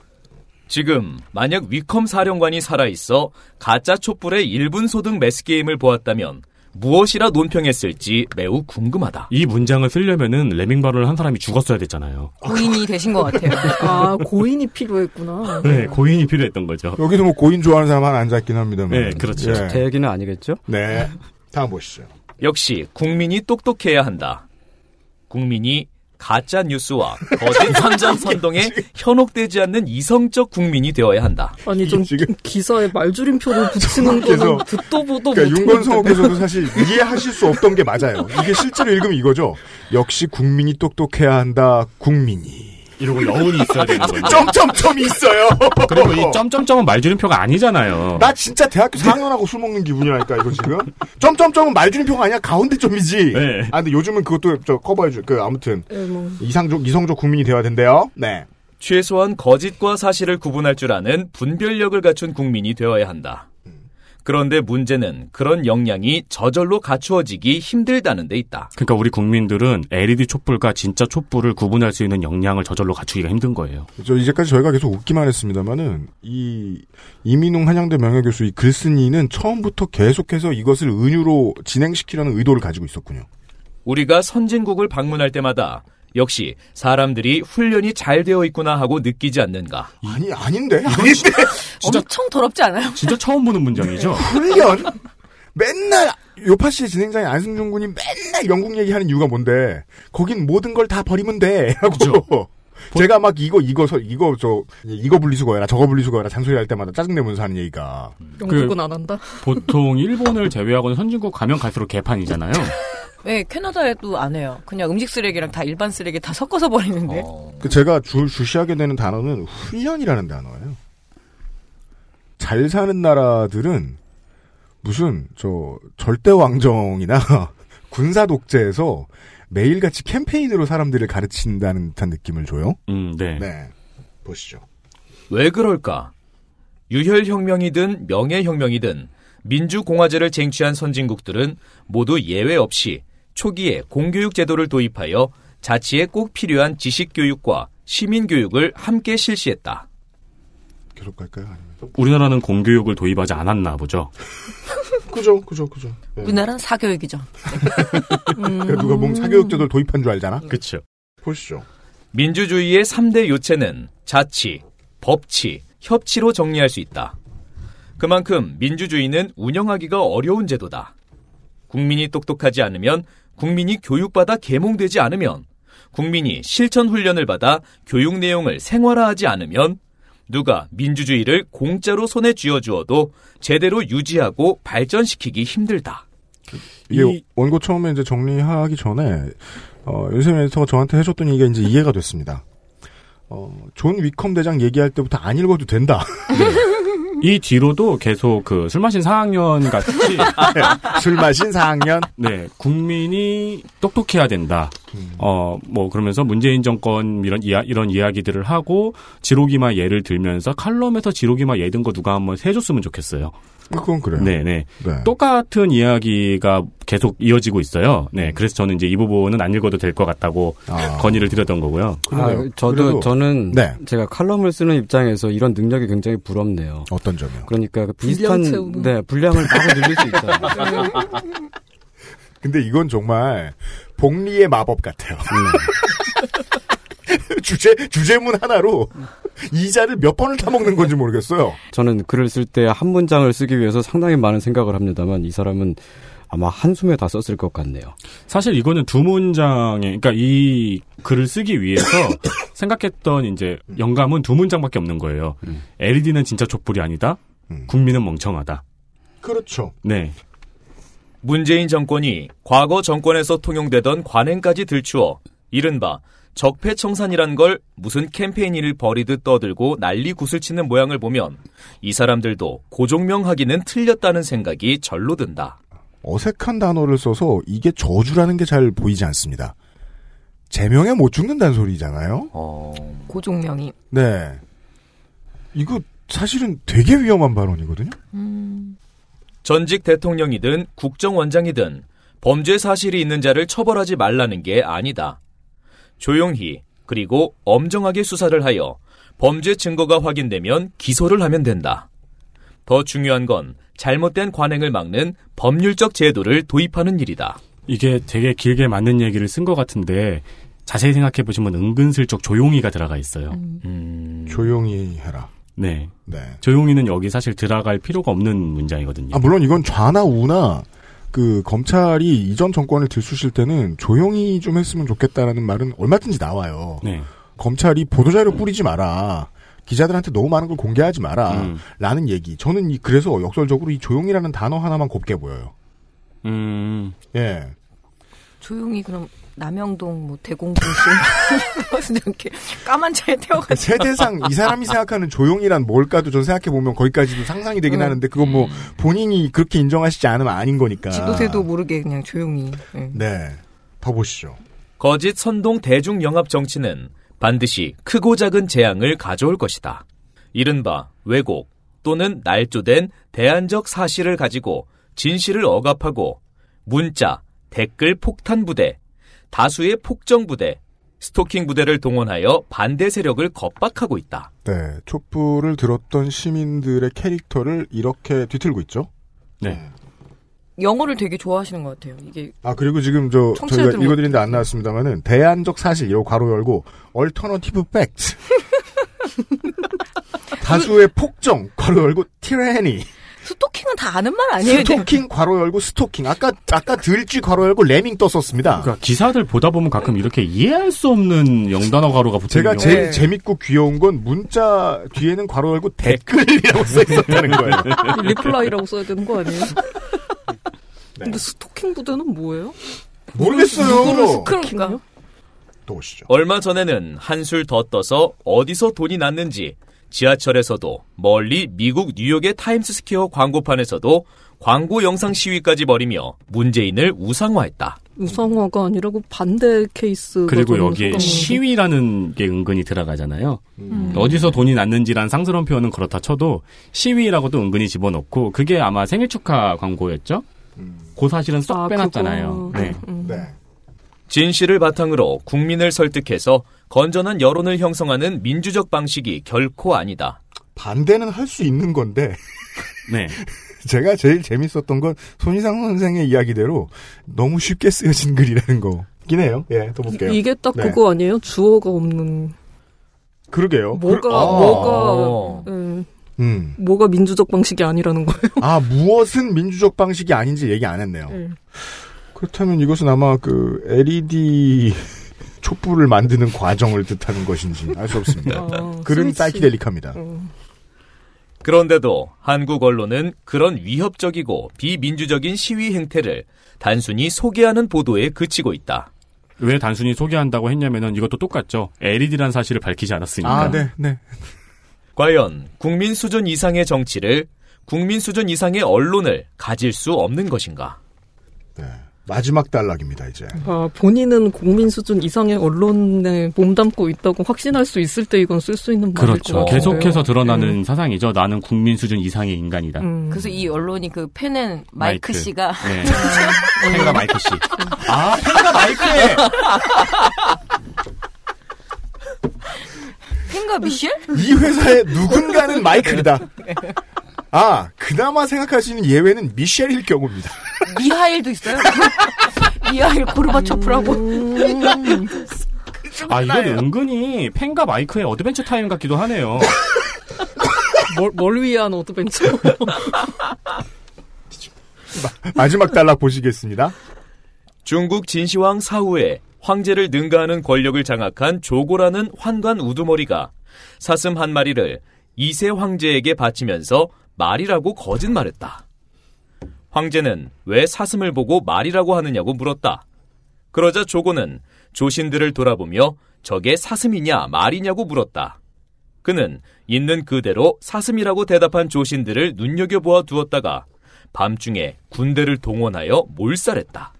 S8: 지금 만약 위컴 사령관이 살아있어 가짜 촛불의 1분 소등 매스게임을 보았다면 무엇이라 논평했을지 매우 궁금하다.
S4: 이 문장을 쓰려면은 레밍 발언을 한 사람이 죽었어야 됐잖아요.
S7: 고인이 되신 것 같아요.
S10: 아, 고인이 필요했구나.
S4: 네, 고인이 필요했던 거죠.
S3: 여기서 뭐 고인 좋아하는 사람 하나 앉아 있긴 합니다만. 예.
S4: 네, 그렇죠.
S9: 제 얘기는 아니겠죠?
S3: 네. 다음 보시죠.
S8: 역시 국민이 똑똑해야 한다. 국민이 가짜 뉴스와 거짓 선전 선동에 현혹되지 않는 이성적 국민이 되어야 한다.
S10: 아니 좀 기사에 말줄임표를 붙이는 거는
S3: 그래서-
S10: 듣도
S7: 어,
S10: 보도
S7: 뭐
S3: 그러니까
S10: 못했는데.
S3: 윤건성호께서도 사실 이해하실 수 없던 게 맞아요. 이게 실제로 읽으면 이거죠. 역시 국민이 똑똑해야 한다. 국민이.
S4: 이러고 여운이 있어야 되는 거예요.
S3: 점점점이 있어요.
S4: 아. 그리고 이 점점점은 말줄임표가 아니잖아요.
S3: 나 진짜 대학교 4학년하고 술 먹는 기분이라니까 이거 지금. 점점점은 말주님표가 아니야 가운데 점이지.
S4: 네.
S3: 아 근데 요즘은 그것도 저 커버해줄 그 아무튼
S7: 네.
S10: 예, 뭐.
S3: 이상적 이성적 국민이 되어야 된대요. 네.
S8: 최소한 거짓과 사실을 구분할 줄 아는 분별력을 갖춘 국민이 되어야 한다. 그런데 문제는 그런 역량이 저절로 갖추어지기 힘들다는 데 있다.
S4: 그러니까 우리 국민들은 LED 촛불과 진짜 촛불을 구분할 수 있는 역량을 저절로 갖추기가 힘든 거예요.
S3: 저 이제까지 저희가 계속 웃기만 했습니다만은 이 이민웅 한양대 명예교수 이 글쓴이는 처음부터 계속해서 이것을 은유로 진행시키려는 의도를 가지고 있었군요.
S8: 우리가 선진국을 방문할 때마다 역시 사람들이 훈련이 잘 되어 있구나 하고 느끼지 않는가.
S3: 아니 아닌데 아닌데
S7: 엄청 더럽지 않아요?
S4: 진짜 처음 보는 문장이죠.
S3: 훈련 맨날 요파 씨 진행자인 안승준 군이 맨날 영국 얘기하는 이유가 뭔데? 거긴 모든 걸 다 버리면 돼. 하고 제가 막 이거 이거 서- 이거 저 이거 분리수거해라 저거 분리수거해라 잔소리 할 때마다 짜증 내면서 하는 얘기가
S10: 영국은 안 한다.
S4: 보통 일본을 제외하고는 선진국 가면 갈수록 개판이잖아요.
S7: 네, 캐나다에도 안 해요. 그냥 음식 쓰레기랑 다 일반 쓰레기 다 섞어서 버리는데.
S3: 그 제가 주, 주시하게 되는 단어는 훈련이라는 단어예요. 잘 사는 나라들은 무슨 저 절대 왕정이나 군사 독재에서 매일같이 캠페인으로 사람들을 가르친다는 듯한 느낌을 줘요.
S4: 음, 네.
S3: 보시죠.
S8: 왜 그럴까? 유혈혁명이든 명예혁명이든 민주공화제를 쟁취한 선진국들은 모두 예외 없이 초기에 공교육 제도를 도입하여 자치에 꼭 필요한 지식교육과 시민교육을 함께 실시했다.
S3: 계속 갈까요?
S4: 우리나라는 공교육을 도입하지 않았나 보죠.
S3: 그죠, 그죠, 그죠. 네.
S7: 우리나라는 사교육이죠.
S3: 그러니까 누가 보면 사교육제도를 도입한 줄 알잖아.
S4: 그렇죠.
S3: 보시죠.
S8: 민주주의의 3대 요체는 자치, 법치, 협치로 정리할 수 있다. 그만큼 민주주의는 운영하기가 어려운 제도다. 국민이 똑똑하지 않으면, 국민이 교육받아 계몽되지 않으면, 국민이 실천 훈련을 받아 교육 내용을 생활화하지 않으면, 누가 민주주의를 공짜로 손에 쥐어주어도 제대로 유지하고 발전시키기 힘들다.
S3: 이게 원고 처음에 이제 정리하기 전에 어, 윤세민 에디터가 저한테 해줬던 얘기가 이제 이해가 됐습니다. 어, 존 위컴 대장 얘기할 때부터 안 읽어도 된다.
S4: 이 뒤로도 계속 그 술 마신 4학년 같이
S3: 술 마신 4학년
S4: 네 국민이 똑똑해야 된다
S3: 음.
S4: 어 뭐 그러면서 문재인 정권 이런 이야, 이런 이야기들을 하고 지로기마 예를 들면서 칼럼에서 지로기마 예 든 거 누가 한번 해줬으면 좋겠어요
S3: 그건 그래요
S4: 네네
S3: 네.
S4: 똑같은 이야기가 계속 이어지고 있어요 네 그래서 저는 이제 이 부분은 안 읽어도 될 것 같다고
S3: 아.
S4: 건의를 드렸던 거고요
S9: 아, 저도 저는
S4: 네.
S9: 제가 칼럼을 쓰는 입장에서 이런 능력이 굉장히 부럽네요.
S3: 어떤 점이요?
S9: 그러니까 그
S10: 분량
S9: 비슷한
S10: 채우는.
S9: 네 분량을 바로 늘릴 수 있다.
S3: 근데 이건 정말 복리의 마법 같아요. 주제 주제문 하나로 이자를 몇 번을 타먹는 건지 모르겠어요.
S9: 저는 글을 쓸 때 한 문장을 쓰기 위해서 상당히 많은 생각을 합니다만 이 사람은 아마 한숨에 다 썼을 것 같네요.
S4: 사실 이거는 두 문장에 그러니까 이 글을 쓰기 위해서 생각했던 이제 영감은 두 문장밖에 없는 거예요. LED는 진짜 촛불이 아니다. 국민은 멍청하다.
S3: 그렇죠.
S4: 네.
S8: 문재인 정권이 과거 정권에서 통용되던 관행까지 들추어 이른바 적폐청산이란 걸 무슨 캠페인을 벌이듯 떠들고 난리 구슬치는 모양을 보면 이 사람들도 고종명하기는 틀렸다는 생각이 절로 든다.
S3: 어색한 단어를 써서 이게 저주라는 게 잘 보이지 않습니다. 제명에 못 죽는다는 소리잖아요.
S7: 고종명이.
S3: 네. 이거 사실은 되게 위험한 발언이거든요.
S8: 전직 대통령이든 국정원장이든 범죄 사실이 있는 자를 처벌하지 말라는 게 아니다. 조용히 그리고 엄정하게 수사를 하여 범죄 증거가 확인되면 기소를 하면 된다. 더 중요한 건 잘못된 관행을 막는 법률적 제도를 도입하는 일이다.
S4: 이게 되게 길게 맞는 얘기를 쓴 것 같은데 자세히 생각해 보시면 은근슬쩍 조용히가 들어가 있어요.
S3: 음. 조용히 해라.
S4: 네.
S3: 네.
S4: 아, 조용히는 여기 사실 들어갈 필요가 없는 문장이거든요.
S3: 아 물론 이건 좌나 우나 그 검찰이 이전 정권을 들쑤실 때는 조용히 좀 했으면 좋겠다라는 말은 얼마든지 나와요.
S4: 네.
S3: 검찰이 보도자료 뿌리지 마라. 기자들한테 너무 많은 걸 공개하지 마라. 라는 얘기. 저는 이- 그래서 역설적으로 이 조용이라는 단어 하나만 곱게 보여요.
S4: 음.
S3: 예.
S7: 조용히 그럼 남영동 뭐 대공공신 이렇게 까만 차에 태워가지고
S3: 세대상 이 사람이 생각하는 조용이란 뭘까도 전 생각해 보면 거기까지도 상상이 되긴
S7: 음.
S3: 하는데 그건 뭐 본인이 그렇게 인정하시지 않으면 아닌 거니까.
S7: 지도세도 뭐 모르게 그냥 조용히. 예.
S3: 네. 봐보시죠.
S8: 거짓 선동 대중 영합 정치는 반드시 크고 작은 재앙을 가져올 것이다. 이른바 왜곡 또는 날조된 대안적 사실을 가지고 진실을 억압하고 문자, 댓글 폭탄 부대, 다수의 폭정 부대, 스토킹 부대를 동원하여 반대 세력을 겁박하고 있다.
S3: 네, 촛불을 들었던 시민들의 캐릭터를 이렇게 뒤틀고 있죠.
S4: 네.
S7: 영어를 되게 좋아하시는 것 같아요. 이게
S3: 아 그리고 지금 저 저희가
S7: 청취자들은
S3: 읽어드린데 안 나왔습니다만은 대안적 사실이라고 괄호 열고 alternative fact 다수의 폭정 괄호 열고 tyranny
S7: 스토킹은 다 아는 말 아니에요?
S3: 스토킹 괄호 열고 스토킹 아까 아까 들쥐 괄호 열고 레밍 떴었습니다.
S4: 그러니까 기사들 보다 보면 가끔 이렇게 이해할 수 없는 영단어 가루가 붙어
S3: 제가 제일 재밌고 귀여운 건 문자 뒤에는 괄호 열고 댓글이라고 써 있었다는 거예요.
S10: 리플라이라고 써야 되는 거 아니에요? 근데 스토킹 부대는 뭐예요? 누구를
S8: 모르겠어요.
S10: 스토킹이요?
S3: 또 오시죠.
S8: 얼마 전에는 한술 더 떠서 어디서 돈이 났는지 지하철에서도 멀리 미국 뉴욕의 타임스스퀘어 광고판에서도 광고 영상 시위까지 벌이며 문재인을 우상화했다.
S10: 우상화가 아니라고 반대 케이스.
S4: 그리고 여기에 시위라는 게 은근히 들어가잖아요.
S10: 음.
S4: 어디서 돈이 났는지란 상스러운 표현은 그렇다 쳐도 시위라고도 은근히 집어넣고 그게 아마 생일 축하 광고였죠?
S3: 음.
S4: 그 사실은 쏙 빼놨잖아요. 네.
S8: 진실을 바탕으로 국민을 설득해서 건전한 여론을 형성하는 민주적 방식이 결코 아니다.
S3: 반대는 할 수 있는 건데.
S4: 네.
S3: 제가 제일 재밌었던 건 손희상 선생의 이야기대로 너무 쉽게 쓰여진 글이라는 거긴 해요. 예, 또 볼게요.
S10: 이게 딱
S3: 네.
S10: 그거 아니에요? 주어가 없는
S3: 그러게요.
S10: 뭐가
S3: 그- 아.
S10: 뭐가 예,
S3: 음.
S10: 뭐가 민주적 방식이 아니라는 거예요.
S3: 아, 무엇은 민주적 방식이 아닌지 얘기 안 했네요.
S8: 음.
S3: 그렇다면 이것은 아마 그 LED 촛불을 만드는 과정을 뜻하는 것인지 알 수 없습니다. 글은
S8: 어, 스위치. 음.
S3: 사이키델릭합니다.
S8: 그런데도 한국 언론은 그런 위협적이고 비민주적인 시위 행태를 단순히 소개하는 보도에 그치고 있다.
S4: 왜 단순히 소개한다고 했냐면은 이것도 똑같죠. LED란 사실을 밝히지 않았으니까.
S3: 네.
S8: 과연 국민 수준 이상의 정치를 국민 수준 이상의 언론을 가질 수 없는 것인가?
S3: 마지막 단락입니다, 이제.
S10: 아, 본인은 국민 수준 이상의 언론에 몸담고 있다고 확신할 수 있을 때 이건 쓸 수 있는 말일
S4: 그렇죠.
S10: 것 같아요.
S4: 계속해서 드러나는 사상이죠. 나는 국민 수준 이상의 인간이다.
S7: 그래서 이 언론이 그 팬은
S4: 마이크.
S7: 마이크, 씨가
S4: 네. 팬과 마이크 씨. 아,
S8: 팬과 마이크네.
S7: 팬과 미셸?
S3: 이 회사의 누군가는 마이클이다. 아, 그나마 생각할 수 있는 예외는 미셸일 경우입니다.
S7: 미하일도 있어요. 미하일 고르바초프라고.
S4: 아, 이건 은근히 팬과 마이크의 어드벤처 타임 같기도 하네요.
S10: 뭘, 뭘 위한 어드벤처?
S3: 마지막 단락 보시겠습니다.
S8: 중국 진시황 사후에 황제를 능가하는 권력을 장악한 조고라는 환관 우두머리가 사슴 한 마리를 이세 황제에게 바치면서 말이라고 거짓말했다. 황제는 왜 사슴을 보고 말이라고 하느냐고 물었다. 그러자 조고는 조신들을 돌아보며 저게 사슴이냐 말이냐고 물었다. 그는 있는 그대로 사슴이라고 대답한 조신들을 눈여겨보아 두었다가 밤중에 군대를 동원하여 몰살했다.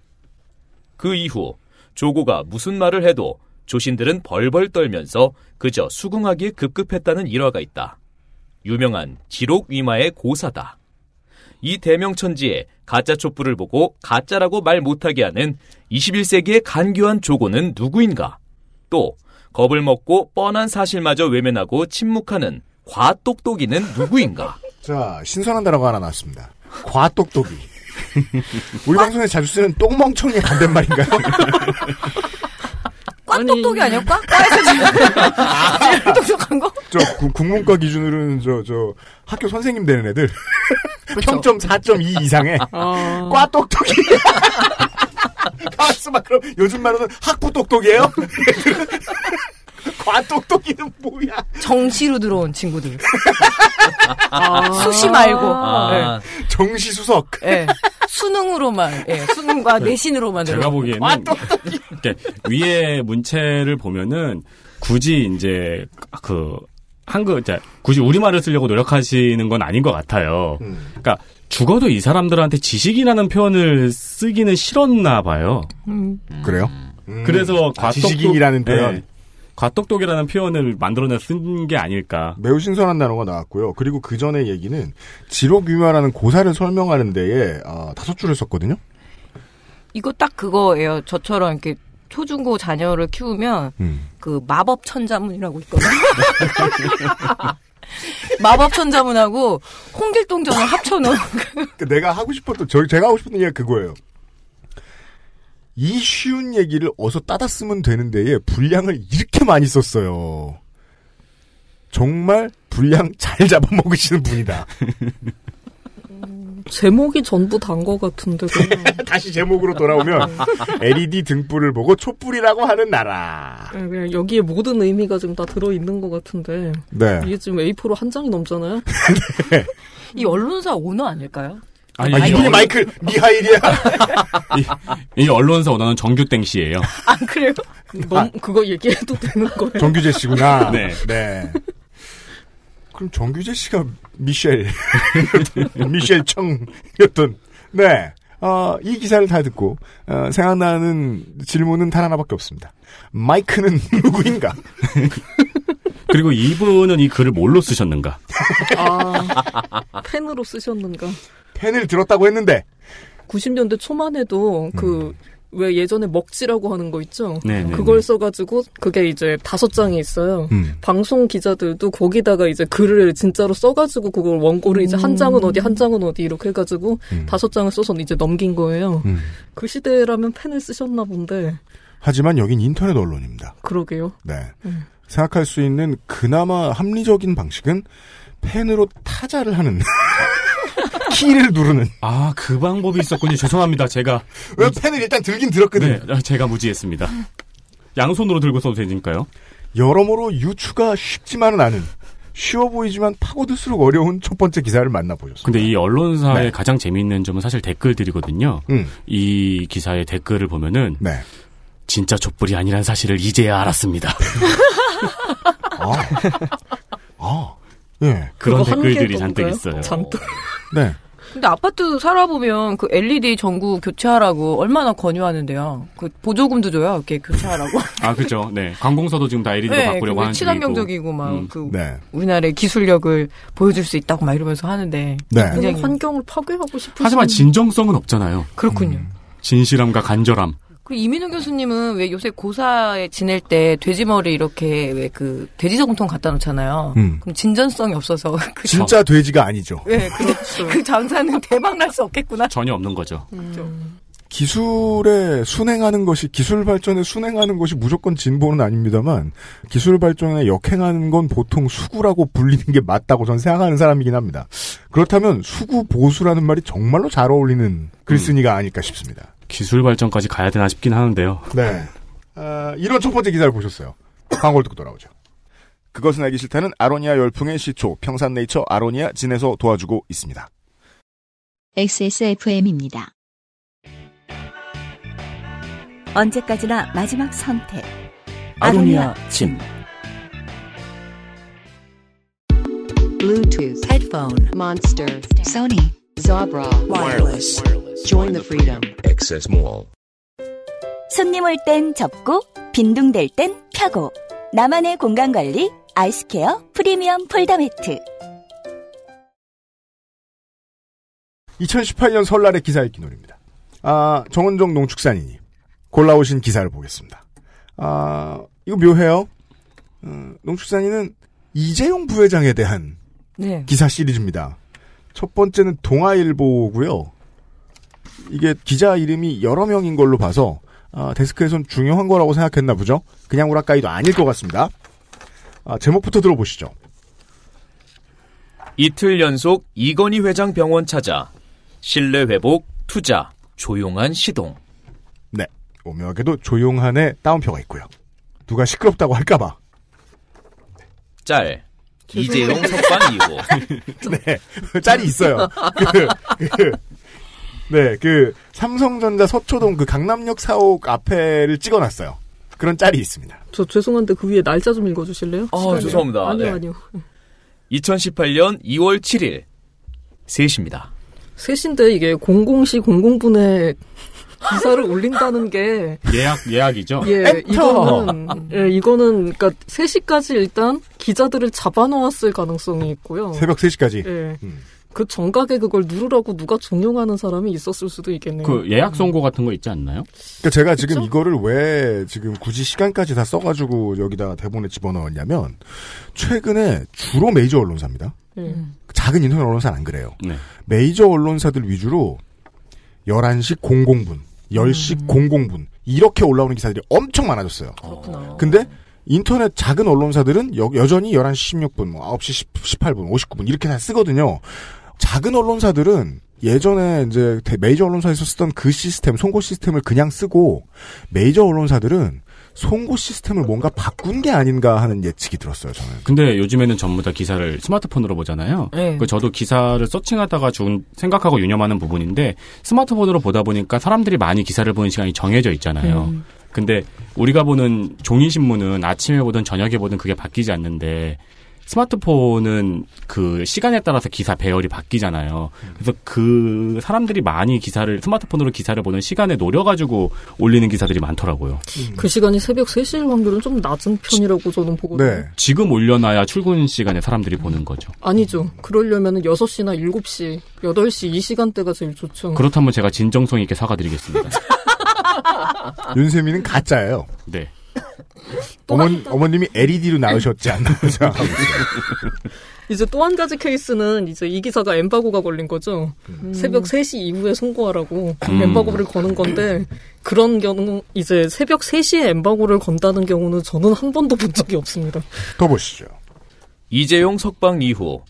S8: 그 이후 조고가 무슨 말을 해도 조신들은 벌벌 떨면서 그저 수긍하기에 급급했다는 일화가 있다. 유명한 지록위마의 고사다. 이 대명천지에 가짜 촛불을 보고 가짜라고 말 못하게 하는 21세기의 간교한 조고는 누구인가? 또 겁을 먹고 뻔한 사실마저 외면하고 침묵하는 과똑똑이는 누구인가?
S3: 자, 신선한 단어가 하나 나왔습니다. 과똑똑이. 우리 방송에 자주 쓰는 똥멍청이 반대말인가요?
S7: 꽈똑똑이 아니에요? 아. 꽈? 꽈에서 지금 똑똑한 거?
S3: 저 구- 국문과 기준으로는 저, 저 학교 선생님 되는 애들. 평점 4.2 이상에
S10: 어.
S3: 과 똑똑이. 가스 막 그럼 요즘 말로는 학부 똑똑이에요? 과 똑똑이는 뭐야?
S7: 정시로 들어온 친구들. 아. 수시 말고.
S11: 아.
S3: 정시 수석.
S7: 예. 수능으로만. 예. 수능과
S4: 네.
S7: 내신으로만
S4: 제가
S7: 들어온.
S4: 보기에는
S7: 아, 또-
S4: 이렇게 위에 문체를 보면은 굳이 이제 그 한글 자, 굳이 우리말을 쓰려고 노력하시는 건 아닌 것 같아요. 그러니까 죽어도 이 사람들한테 지식이라는 표현을 쓰기는 싫었나 봐요.
S3: 그래요?
S4: 음. 그래서
S3: 아,
S4: 과똑똑-
S3: 지식인이라는 표현.
S4: 네. 과똑똑이라는 표현을 만들어내 쓴 게 아닐까.
S3: 매우 신선한 단어가 나왔고요. 그리고 그 전에 얘기는 지록유마라는 고사를 설명하는 데에 아, 다섯 줄을 썼거든요.
S7: 이거 딱 그거예요. 저처럼 이렇게 초중고 자녀를 키우면
S4: 음.
S7: 그 마법 천자문이라고 있거든요. 마법 천자문하고 홍길동전을 합쳐놓은
S3: 그러니까 내가 하고 싶었던 저 제가 하고 싶었던 얘기가 그거예요. 이 쉬운 얘기를 어서 따다 쓰면 되는데에 분량을 이렇게 많이 썼어요. 정말 분량 잘 잡아먹으시는 분이다.
S10: 제목이 전부 단 거 같은데 그냥.
S3: 다시 제목으로 돌아오면 LED 등불을 보고 촛불이라고 하는 나라.
S10: 네, 그냥 여기에 모든 의미가 지금 다 들어있는 것 같은데
S3: 네.
S10: 이게 지금 A4로 한 장이 넘잖아요
S7: 이 언론사 오너 아닐까요?
S4: 아니, 아니, 이게
S3: 마이클 미하일이야.
S4: 이, 이 언론사 언어는 정규땡 씨예요.
S10: 아 그래요? 너무 그거 얘기해도 되는 거예요?
S3: 정규재 씨구나.
S4: 네.
S3: 네. 그럼 정규재 씨가 미셸, 미셸 청이었던, 네. 어, 이 기사를 다 듣고, 어, 생각나는 질문은 단 하나밖에 없습니다. 마이크는 누구인가?
S4: 그리고 이분은 이 글을 뭘로 쓰셨는가?
S10: 아, 펜으로 쓰셨는가
S3: 펜을 들었다고 했는데
S10: 90년대 초만 해도 그 왜 예전에 먹지라고 하는 거 있죠?
S4: 음. 네, 네,
S10: 그걸
S4: 네.
S10: 써가지고 그게 이제 다섯 장이 있어요.
S4: 음.
S10: 방송 기자들도 거기다가 이제 글을 진짜로 써가지고 그걸 원고를 이제 한 장은 어디 한 장은 어디 이렇게 해가지고
S4: 음.
S10: 다섯 장을 써서 이제 넘긴 거예요.
S3: 음.
S10: 그 시대라면 펜을 쓰셨나 본데
S3: 하지만 여긴 인터넷 언론입니다.
S10: 그러게요.
S3: 네.
S10: 음.
S3: 생각할 수 있는 그나마 합리적인 방식은 펜으로 타자를 하는 키를 누르는
S4: 아 그 방법이 있었군요 죄송합니다 제가
S3: 왜 펜을 일단 들긴 들었거든요
S4: 네, 제가 무지했습니다 양손으로 들고 써도 되니까요
S3: 여러모로 유추가 쉽지만은 않은 쉬워 보이지만 파고들수록 어려운 첫 번째 기사를 만나보셨어요.
S4: 근데 이 언론사의
S3: 네.
S4: 가장 재미있는 점은 사실 댓글들이거든요
S3: 음. 네.
S4: 이 기사의 댓글을 보면은 진짜 촛불이 아니란 사실을 이제야 알았습니다
S3: 아, 예.
S4: 그런
S7: 그거 한
S4: 댓글들이
S7: 개일
S4: 잔뜩
S7: 건가요?
S4: 있어요
S10: 잔뜩
S3: 네.
S7: 근데 아파트 살아보면 그 LED 전구 교체하라고 얼마나 권유하는데요. 그 보조금도 줘요. 이렇게 교체하라고.
S4: 아 그죠 네 관공서도 지금 다 LED로 바꾸려고
S7: 그
S4: 하는
S7: 친환경적이고 막
S4: 음.
S7: 그
S3: 네.
S7: 우리나라의 기술력을 보여줄 수 있다고 막 이러면서 하는데
S4: 네.
S7: 굉장히
S10: 환경을 파괴하고 싶으신
S4: 하지만 진정성은 없잖아요
S7: 그렇군요
S4: 음. 진실함과 간절함
S7: 그 이민우 교수님은 왜 요새 고사에 지낼 때 돼지 머리 이렇게 왜 그 돼지 정통 갖다 놓잖아요.
S3: 음.
S7: 그럼 진전성이 없어서 그
S3: 진짜 돼지가 아니죠.
S7: 네, 그렇죠. 그 장사는 대박 날 수 없겠구나.
S4: 전혀 없는 거죠
S3: 기술에 순행하는 것이 기술 발전에 순행하는 것이 무조건 진보는 아닙니다만 기술 발전에 역행하는 건 보통 수구라고 불리는 게 맞다고 저는 생각하는 사람이긴 합니다. 그렇다면 수구 보수라는 말이 정말로 잘 어울리는 글쓴이가 아닐까 싶습니다.
S4: 기술 발전까지 가야 되나 싶긴 하는데요
S3: 네. 아, 이런 첫 번째 기사를 보셨어요. 광고를 듣고 돌아오죠. 그것은 알기 싫다는 아로니아 열풍의 시초 평산네이처 아로니아 진에서 도와주고 있습니다.
S1: XSFM입니다.
S2: 언제까지나 마지막 선택.
S6: 아로니아 진.
S12: Bluetooth, headphone, Monster, Sony, Zabra, wireless. Join the freedom.
S13: Access Mall.
S2: 손님 올 땐 접고 빈둥댈 땐 펴고 나만의 공간 관리 아이스케어 프리미엄 폴더 매트.
S3: 2018년 설날의 기사 읽기 놀입니다. 아, 정은정 농축산인이 골라오신 기사를 보겠습니다. 아, 이거 묘해요. 음, 농축산인은 이재용 부회장에 대한
S7: 네.
S3: 기사 시리즈입니다. 첫 번째는 동아일보고요. 이게 기자 이름이 여러 명인 걸로 봐서 아, 데스크에선 중요한 거라고 생각했나 보죠. 그냥 우라카이도 아닐 것 같습니다. 아, 제목부터 들어보시죠.
S8: 이틀 연속 이건희 회장 병원 찾아 신뢰 회복 투자 조용한 시동.
S3: 네. 오묘하게도 조용한의 다운표가 있고요. 누가 시끄럽다고 할까봐.
S8: 짤. 이재용 석방 이후.
S3: 네. 짤이 있어요. 그, 그, 네. 그, 삼성전자 서초동 그 강남역 사옥 앞에를 찍어놨어요. 그런 짤이 있습니다.
S10: 저 죄송한데 그 위에 날짜 좀 읽어주실래요?
S8: 아,
S10: 시간이.
S8: 죄송합니다.
S10: 아니요,
S8: 네.
S10: 아니요.
S8: 2018년 2월 7일 3시입니다.
S10: 셋인데 이게 00시 00분에 기사를 올린다는 게
S4: 예약 예약이죠.
S10: 예, 이거는 예, 이거는 그러니까 3시까지 일단 기자들을 잡아놓았을 가능성이 있고요.
S3: 새벽 3시까지.
S10: 예.
S4: 음.
S10: 그 정각에 그걸 누르라고 누가 종용하는 사람이 있었을 수도 있겠네요.
S4: 그 예약 선고 같은 거 있지 않나요?
S3: 그러니까 제가 지금 이거를 왜 지금 굳이 시간까지 다 써가지고 여기다 대본에 집어넣었냐면 최근에 주로 메이저 언론사입니다.
S10: 음.
S3: 작은 인터넷 언론사는 안 그래요.
S4: 네.
S3: 메이저 언론사들 위주로 11시 00분, 10시 00분 이렇게 올라오는 기사들이 엄청 많아졌어요.
S10: 음. 그렇구나.
S3: 근데 인터넷 작은 언론사들은 여, 여전히 11시 16분, 뭐 9시 1 8분 59분 이렇게 다 쓰거든요. 작은 언론사들은 예전에 이제 대- 메이저 언론사에서 쓰던 그 시스템, 송고 시스템을 그냥 쓰고 메이저 언론사들은 송고 시스템을 뭔가 바꾼 게 아닌가 하는 예측이 들었어요, 저는.
S4: 근데 요즘에는 전부 다 기사를 스마트폰으로 보잖아요.
S3: 네.
S4: 그 저도 기사를 서칭하다가 준 생각하고 유념하는 부분인데 스마트폰으로 보다 보니까 사람들이 많이 기사를 보는 시간이 정해져 있잖아요. 근데 우리가 보는 종이 신문은 아침에 보든 저녁에 보든 그게 바뀌지 않는데 스마트폰은 그 시간에 따라서 기사 배열이 바뀌잖아요. 그래서 그 사람들이 많이 기사를 스마트폰으로 기사를 보는 시간에 노려가지고 올리는 기사들이 많더라고요.
S10: 그 시간이 새벽 3시일 확률은 좀 낮은 편이라고 저는
S3: 네.
S10: 보거든요.
S4: 지금 올려놔야 출근 시간에 사람들이 보는 거죠.
S10: 아니죠. 그러려면 6시나 7시, 8시 이 시간대가 제일 좋죠.
S4: 음. 그렇다면 제가 진정성 있게 사과드리겠습니다.
S3: 윤세미는 가짜예요.
S4: 네.
S3: 어머, 어머님이 LED로 나으셨지 않나 생각하고
S10: 이제 또 한 가지 케이스는 이제 이 기사가 엠바고가 걸린 거죠.
S4: 음.
S10: 새벽 3시 이후에 송고하라고
S13: 음.
S10: 엠바고를 거는 건데 그런 경우 이제 새벽 3시에 엠바고를 건다는 경우는 저는 한 번도 본 적이 없습니다.
S3: 더 보시죠.
S8: 이재용 석방 이후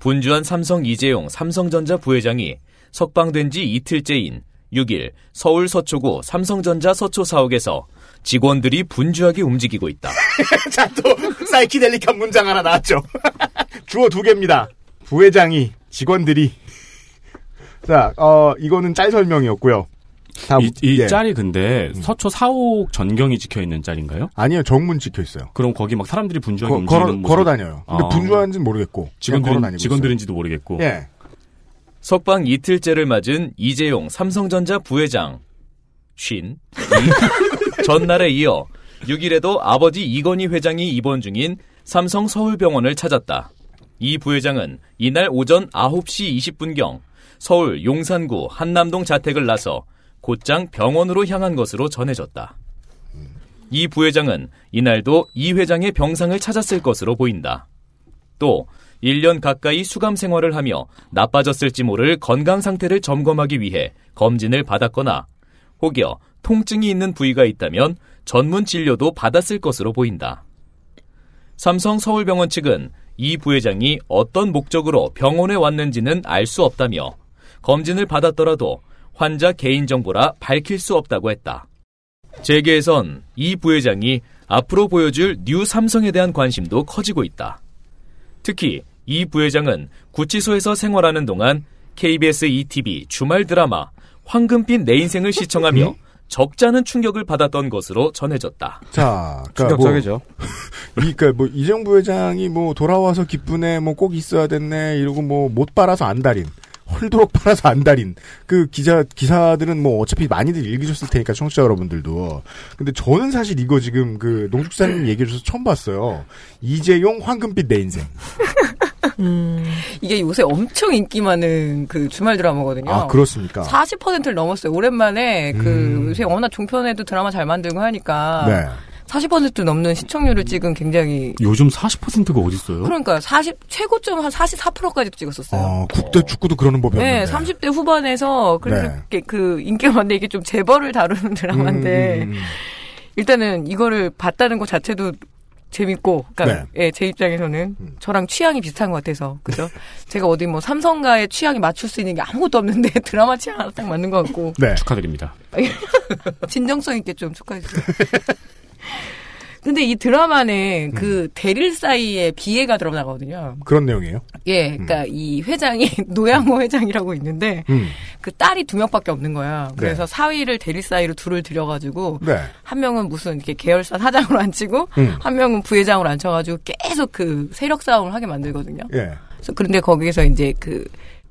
S8: 분주한 삼성 이재용 삼성전자 부회장이 석방된 지 이틀째인 6일 서울 서초구 삼성전자 서초 사옥에서 직원들이 분주하게 움직이고 있다.
S3: 자, 또 사이키델릭한 문장 하나 나왔죠. 주어 두 개입니다. 부회장이 직원들이 자, 어 이거는 짤 설명이었고요. 다음,
S4: 이, 이
S3: 예.
S4: 짤이 근데 서초 사옥 전경이 찍혀 있는 짤인가요?
S3: 아니요, 정문 찍혀 있어요.
S4: 그럼 거기 막 사람들이 분주하게
S3: 거,
S4: 움직이는
S3: 걸어
S4: 모습.
S3: 걸어 다녀요. 근데
S4: 아.
S3: 분주한지는 모르겠고
S4: 직원들은-
S3: 은
S4: 직원들인지도 모르겠고.
S3: 예.
S8: 석방 이틀째를 맞은 이재용 삼성전자 부회장 쉰 이 전날에 이어 6일에도 아버지 이건희 회장이 입원 중인 삼성 서울병원을 찾았다. 이 부회장은 이날 오전 9시 20분경 서울 용산구 한남동 자택을 나서 곧장 병원으로 향한 것으로 전해졌다. 이 부회장은 이날도 이 회장의 병상을 찾았을 것으로 보인다. 또 1년 가까이 수감 생활을 하며 나빠졌을지 모를 건강 상태를 점검하기 위해 검진을 받았거나 혹여 통증이 있는 부위가 있다면 전문 진료도 받았을 것으로 보인다. 삼성 서울병원 측은 이 부회장이 어떤 목적으로 병원에 왔는지는 알 수 없다며 검진을 받았더라도 환자 개인정보라 밝힐 수 없다고 했다. 재계에선 이 부회장이 앞으로 보여줄 뉴 삼성에 대한 관심도 커지고 있다. 특히 이 부회장은 구치소에서 생활하는 동안 KBS ETV 주말 드라마 황금빛 내 인생을 시청하며 적잖은 충격을 받았던 것으로 전해졌다.
S3: 자, 그러니까
S9: 충격적이죠.
S3: 뭐, 이- 그러니까 뭐 이정 부회장이 뭐 돌아와서 기쁘네, 뭐 꼭 있어야 됐네 이러고 뭐 못 빨아서 안달인, 헐도록 빨아서 안달인 그 기자 기사들은 뭐 어차피 많이들 읽으셨을 테니까 청취자 여러분들도. 근데 저는 사실 이거 지금 그 농축사님 얘기해 주셔서 처음 봤어요. 이재용 황금빛 내 인생.
S13: 이게 요새 엄청 인기 많은 그 주말 드라마거든요.
S3: 아 그렇습니까?
S13: 40%를 넘었어요. 오랜만에 그
S3: 음.
S13: 요새 워낙 종편에도 드라마 잘 만들고 하니까
S3: 네.
S13: 40% 넘는 시청률을 찍은 굉장히
S3: 음.
S4: 요즘 40%가 어딨어요?
S13: 그러니까 40 최고점 한 44%까지도 찍었었어요.
S3: 어, 국대 축구도 그러는 법이었는데.
S13: 네, 30대 후반에서 그렇게 그 인기가 많은데 이게 좀 음,
S3: 음,
S13: 재벌을 다루는 드라마인데 일단은 이거를 봤다는 것 자체도
S7: 재밌고, 그러니까
S13: 네.
S7: 예, 제 입장에서는
S13: 음.
S7: 저랑 취향이 비슷한 것 같아서 그죠? 제가 어디 뭐 삼성가의 취향에 맞출 수 있는 게 아무것도 없는데 드라마 취향 하나 딱 맞는 것 같고
S3: 네,
S4: 축하드립니다.
S7: 진정성 있게 좀 축하해 주세요. 근데 이 드라마는
S13: 음.
S7: 그 대릴 사이에 비애가 들어가거든요.
S3: 그런 내용이에요?
S7: 예,
S13: 음.
S7: 그러니까 이 회장이 노양호 회장이라고 있는데
S3: 음.
S7: 그 딸이 두 명밖에 없는 거야. 그래서
S3: 네.
S7: 사위를 대릴 사이로 둘을 들여가지고
S3: 네.
S7: 한 명은 무슨 이렇게 계열사 사장으로 앉히고
S3: 음.
S7: 한 명은 부회장으로 앉혀가지고 계속 그 세력 싸움을 하게 만들거든요.
S3: 예.
S7: 그래서 그런데 거기에서 이제 그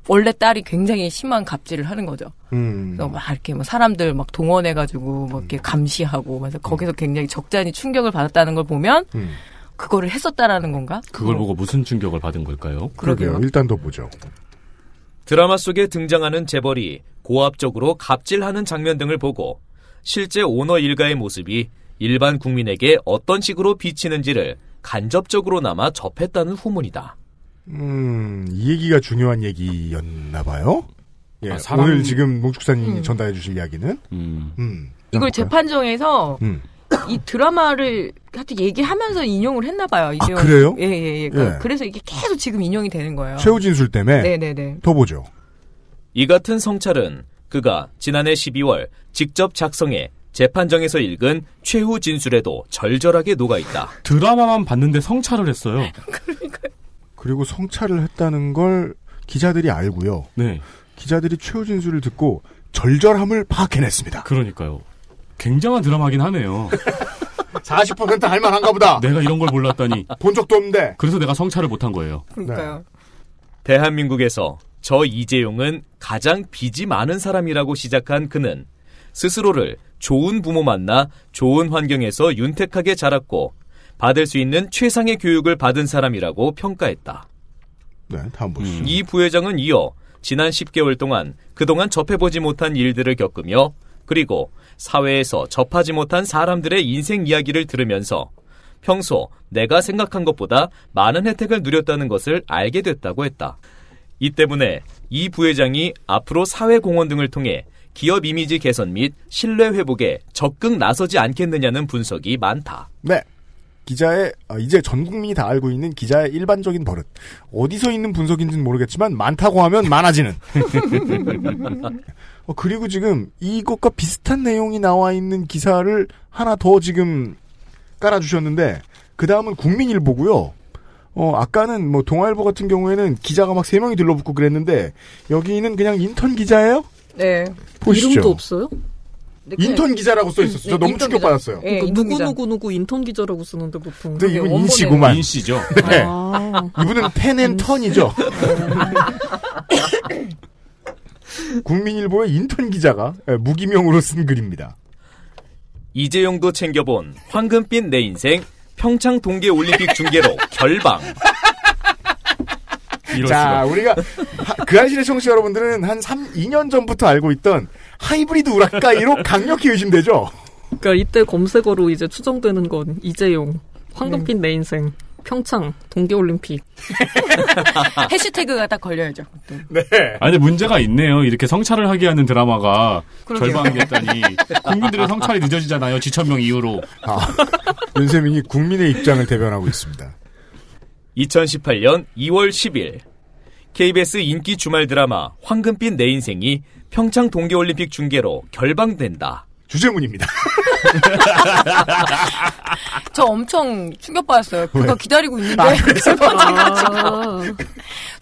S7: 원래 딸이 굉장히 심한 갑질을 하는 거죠.
S3: 음.
S7: 그래서 막 이렇게 뭐 사람들 막 동원해가지고 막 이렇게 감시하고 그래서 거기서 굉장히 적잖이 충격을 받았다는 걸 보면
S3: 음.
S7: 그거를 했었다라는 건가? 뭐
S4: 그걸 보고 무슨 충격을 받은 걸까요?
S3: 그러게요. 일단 더 보죠.
S8: 드라마 속에 등장하는 재벌이 고압적으로 갑질하는 장면 등을 보고 실제 오너 일가의 모습이 일반 국민에게 어떤 식으로 비치는지를 간접적으로나마 접했다는 후문이다.
S3: 음, 이 얘기가 중요한 얘기였나 봐요. 예,
S8: 아, 사람-
S3: 오늘 지금 농축사님이
S7: 음.
S3: 전달해 주실 이야기는 음.
S7: 이걸
S10: 어,
S7: 재판정에서
S3: 음.
S7: 이 드라마를 하여튼 얘기하면서 인용을 했나 봐요. 이재용.
S3: 아, 그래요?
S7: 예, 예, 예. 그러니까
S3: 예.
S7: 그래서 이게 계속 지금 인용이 되는 거예요.
S3: 최우진술 때문에
S7: 네, 네, 네.
S3: 더 보죠.
S8: 이 같은 성찰은 그가 지난해 12월 직접 작성해 재판정에서 읽은 최후 진술에도 절절하게 녹아있다.
S4: 드라마만 봤는데 성찰을 했어요.
S3: 그리고 성찰을 했다는 걸 기자들이 알고요.
S4: 네.
S3: 기자들이 최우진술을 듣고 절절함을 파악해냈습니다.
S4: 그러니까요. 굉장한 드라마긴 하네요.
S3: 40% 할만한가 보다.
S4: 내가 이런 걸 몰랐다니.
S3: 본 적도 없는데.
S4: 그래서 내가 성찰을 못한 거예요.
S7: 그러니까요.
S8: 대한민국에서 저 이재용은 가장 빚이 많은 사람이라고 시작한 그는 스스로를 좋은 부모 만나 좋은 환경에서 윤택하게 자랐고 받을 수 있는 최상의 교육을 받은 사람이라고 평가했다.
S3: 네, 다음 보시죠.
S8: 이 부회장은 이어 지난 10개월 동안 그동안 접해보지 못한 일들을 겪으며 그리고 사회에서 접하지 못한 사람들의 인생 이야기를 들으면서 평소 내가 생각한 것보다 많은 혜택을 누렸다는 것을 알게 됐다고 했다. 이 때문에 이 부회장이 앞으로 사회공헌 등을 통해 기업 이미지 개선 및 신뢰 회복에 적극 나서지 않겠느냐는 분석이 많다.
S3: 네. 기자의 아, 이제 전 국민이 다 알고 있는 기자의 일반적인 버릇. 어디서 있는 분석인지는 모르겠지만 많다고 하면 많아지는. 어, 그리고 지금 이것과 비슷한 내용이 나와 있는 기사를 하나 더 지금 깔아주셨는데 그 다음은 국민일보고요. 어 아까는 뭐 동아일보 같은 경우에는 기자가 막 세 명이 들러붙고 그랬는데 여기는 그냥 인턴 기자예요.
S7: 네.
S3: 보시죠.
S10: 이름도 없어요? 네,
S3: 인턴 기자라고 써 있었어요. 저
S7: 네,
S3: 너무
S7: 예,
S3: 충격받았어요. 네.
S10: 그러니까 누구 누구 누구 인턴 기자라고 쓰는데 보통.
S3: 근데 이건 인씨구만.
S4: 인씨죠.
S3: 네.
S10: 아.
S3: 이분은 펜앤턴이죠.
S10: 아.
S3: 국민일보의 인턴 기자가 예, 무기명으로 쓴 글입니다.
S8: 이재용도 챙겨본 황금빛 내 인생 평창 동계올림픽 중계로 결방.
S3: 자, 우리가 하- 그 한실의 청취자 여러분들은 한 3, 2년 전부터 알고 있던 하이브리드 우라카이로 강력히 의심되죠.
S10: 그러니까 이때 검색어로 이제 추정되는 건 이재용, 황금빛
S3: 네.
S10: 내 인생, 평창 동계올림픽.
S7: 해시태그가 딱 걸려야죠. 그것도.
S4: 아니 근데 문제가 있네요. 이렇게 성찰을 하게 하는 드라마가
S7: 그러게요.
S4: 절방됐다니 국민들의 성찰이 늦어지잖아요. 지천명 이후로.
S3: 아, 윤세민이 국민의 입장을 대변하고 있습니다.
S8: 2018년 2월 10일 KBS 인기 주말 드라마 황금빛 내 인생이 평창 동계올림픽 중계로 결방된다.
S3: 주제문입니다.
S7: 저 엄청 충격받았어요. 그거
S8: 왜?
S7: 기다리고 있는데.
S8: 아, 그래서?
S13: 아.
S7: 결방돼가지고.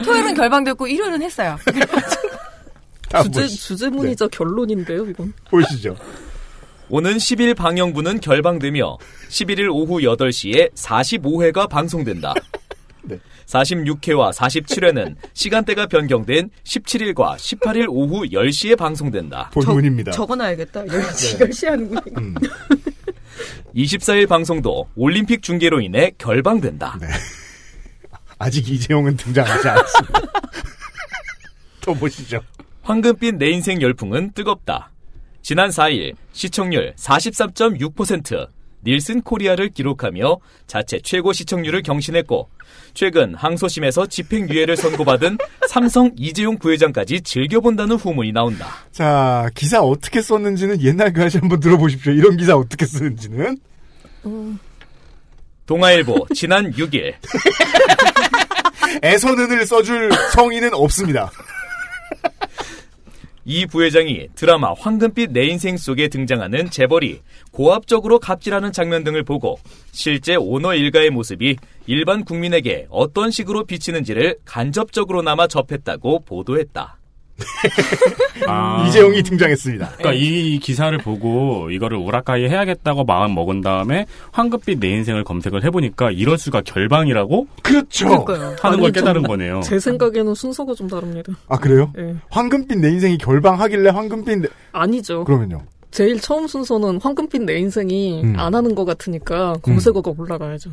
S7: 토요일은 결방됐고 일요일은 했어요.
S3: 아, 뭐
S10: 주제 주제문이자
S3: 네.
S10: 결론인데요, 이건.
S3: 보시죠.
S8: 오는 10일 방영분은 결방되며 11일 오후 8시에 45회가 방송된다. 46회와 47회는 시간대가 변경된 17일과 18일 오후 10시에 방송된다.
S3: 본문입니다.
S7: 적어놔야겠다.
S3: 네.
S7: 10시, 10시 하는구나.
S8: 24일 방송도 올림픽 중계로 인해 결방된다.
S3: 아직 이재용은 등장하지 않았습니다. 또 보시죠.
S8: 황금빛 내 인생 열풍은 뜨겁다. 지난 4일 시청률 43.6% 닐슨 코리아를 기록하며 자체 최고 시청률을 경신했고 최근 항소심에서 집행유예를 선고받은 삼성 이재용 부회장까지 즐겨본다는 후문이 나온다.
S3: 자, 기사 어떻게 썼는지는 옛날 그 한번 들어보십시오. 이런 기사 어떻게 쓰는지는.
S8: 동아일보 지난 6일
S3: 애선은을 써줄 성의는 없습니다.
S8: 이 부회장이 드라마 황금빛 내 인생 속에 등장하는 재벌이 고압적으로 갑질하는 장면 등을 보고 실제 오너 일가의 모습이 일반 국민에게 어떤 식으로 비치는지를 간접적으로나마 접했다고 보도했다.
S10: 아.
S3: 이재용이 등장했습니다.
S4: 그러니까 이 기사를 보고 이거를 우라카이 해야겠다고 마음 먹은 다음에 황급빛 내 인생을 검색을 해보니까 이럴 수가 결방이라고
S3: 그렇죠.
S10: 그러니까요.
S4: 하는 걸
S10: 아니,
S4: 깨달은
S10: 좀
S3: 어.
S4: 거네요.
S10: 제 생각에는 순서가 좀 다릅니다.
S3: 아 그래요?
S10: 예.
S3: 황금빛 내 인생이 결방하길래 황금빛 내...
S10: 아니죠.
S3: 그러면요.
S10: 제일 처음 순서는 황금빛 내 인생이
S3: 음.
S10: 안 하는 것 같으니까 검색어가 올라가야죠.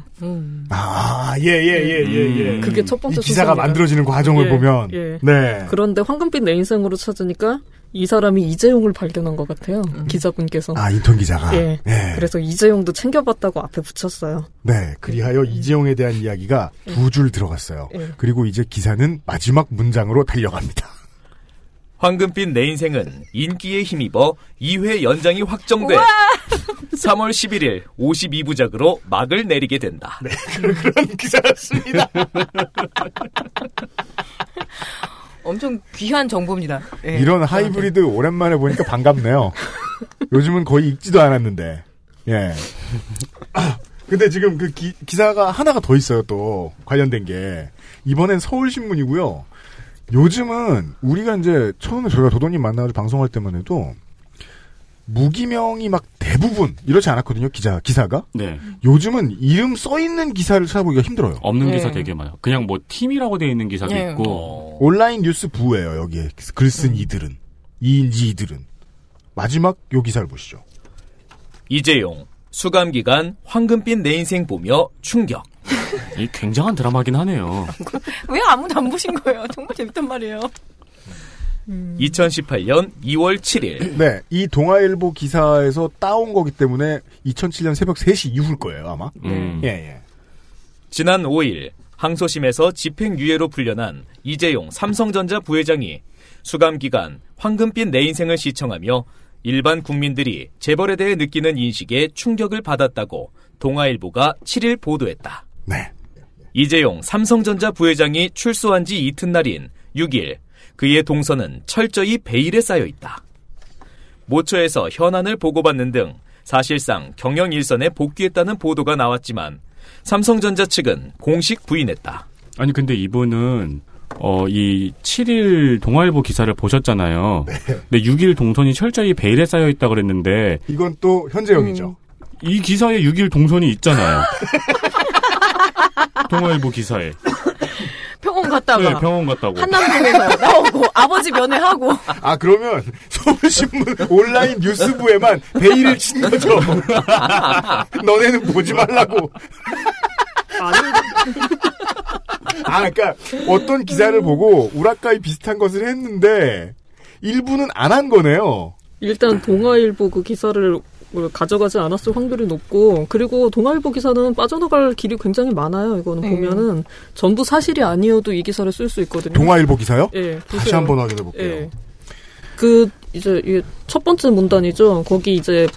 S3: 아예예예예 예, 예.
S10: 그게 첫
S3: 이
S10: 번째
S3: 기사가
S10: 순서입니다.
S3: 만들어지는 과정을
S10: 음. 예,
S3: 보면
S10: 예.
S3: 네.
S10: 그런데 황금빛 내 인생으로 찾으니까 이 사람이 이재용을 발견한 것 같아요. 기자분께서.
S3: 아 인턴 기자가
S10: 예. 그래서 이재용도 챙겨봤다고 앞에 붙였어요.
S3: 네 그리하여 이재용에 대한 이야기가 두 줄 들어갔어요.
S10: 음. 예.
S3: 그리고 이제 기사는 마지막 문장으로 달려갑니다.
S8: 황금빛 내 인생은 인기에 힘입어 2회 연장이 확정돼 3월 11일 52부작으로 막을 내리게 된다.
S3: 네, 그런 기사였습니다.
S13: 엄청 귀한 정보입니다. 예.
S3: 이런 하이브리드 오랜만에 보니까 반갑네요. 요즘은 거의 읽지도 않았는데. 예. 아, 근데 지금 그 기, 기사가 하나가 더 있어요, 또. 관련된 게. 이번엔 서울신문이고요. 요즘은 우리가 이제 처음에 저희가 도도님 만나서 방송할 때만 해도 무기명이 막 대부분 이렇지 않았거든요, 기자, 기사가.
S4: 네.
S3: 요즘은 이름 써있는 기사를 찾아보기가 힘들어요.
S4: 없는
S3: 네.
S4: 기사 되게 많아요. 그냥 뭐 팀이라고 되어 있는 기사도
S3: 네.
S4: 있고
S3: 온라인 뉴스 부예요 여기에 글 쓴 이들은 이인지 이들은 마지막 요 기사를 보시죠.
S8: 이재용 수감 기간 황금빛 내 인생 보며 충격.
S4: 이 굉장한 드라마긴 하네요.
S13: 왜 아무도 안 보신 거예요? 정말 재밌단 말이에요.
S8: 2018년 2월 7일
S3: 네, 이 동아일보 기사에서 따온 거기 때문에 2007년 새벽 3시 이후일 거예요 아마.
S8: 음.
S3: 예 예.
S8: 지난 5일 항소심에서 집행유예로 풀려난 이재용 삼성전자 부회장이 수감 기간 황금빛 내 인생을 시청하며 일반 국민들이 재벌에 대해 느끼는 인식에 충격을 받았다고 동아일보가 7일 보도했다.
S3: 네.
S8: 이재용 삼성전자 부회장이 출소한 지 이튿날인 6일 그의 동선은 철저히 베일에 쌓여 있다. 모처에서 현안을 보고받는 등 사실상 경영 일선에 복귀했다는 보도가 나왔지만 삼성전자 측은 공식 부인했다.
S4: 아니 근데 이분은 어, 이 7일 동아일보 기사를 보셨잖아요. 근데 6일 동선이 철저히 베일에 쌓여 있다 그랬는데
S3: 이건 또 현재형이죠.
S4: 이 기사에 6일 동선이 있잖아요. 동아일보 기사에.
S13: 병원 갔다가
S4: 네, 병원 갔다고.
S13: 한남동에서 나오고 아버지 면회하고
S3: 아 그러면 서울신문 온라인 뉴스부에만 베일을 친 거죠. 너네는 보지 말라고. 아 그러니까 어떤 기사를 보고 우라카이 비슷한 것을 했는데 일부는 안 한 거네요.
S10: 일단 동아일보 그 기사를 가져가지 않았을 확률이 높고 그리고 동아일보 기사는 빠져나갈 길이 굉장히 많아요. 이거는 보면은 전부 사실이 아니어도 이 기사를 쓸 수 있거든요.
S3: 동아일보 기사요?
S10: 예,
S3: 다시
S10: 보세요.
S3: 한번 확인해 볼게요.
S10: 예. 그 이제 이게 첫 번째 문단이죠. 거기 이제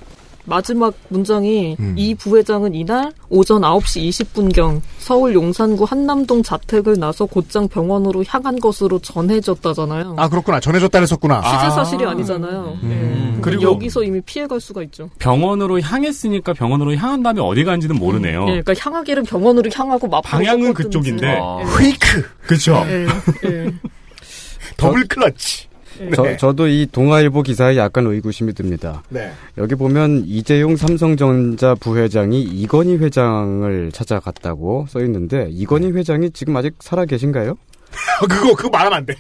S10: 마지막 문장이
S4: 음.
S10: 이 부회장은 이날 오전 9시 20분경 서울 용산구 한남동 자택을 나서 곧장 병원으로 향한 것으로 전해졌다잖아요.
S3: 아 그렇구나 전해졌다 했었구나.
S9: 아.
S10: 실제 사실이 아니잖아요. 예.
S4: 음. 그리고-
S10: 여기서 이미 피해갈 수가 있죠.
S4: 병원으로 향했으니까 병원으로 향한 다음에 어디 간지는 모르네요.
S10: 예, 그러니까 향하기는 병원으로 향하고 예, 막
S4: 방향은 그쪽인데.
S8: 아,
S3: 휘크.
S4: 그쵸.
S3: 더블 클러치. 네.
S9: 저, 저도 이 동아일보 기사에 약간 의구심이 듭니다.
S3: 네.
S9: 여기 보면 이재용 삼성전자 부회장이 이건희 회장을 찾아갔다고 써 있는데 이건희
S4: 네.
S9: 회장이 지금 아직 살아 계신가요?
S3: 아, 그거 그거 말하면 안 돼.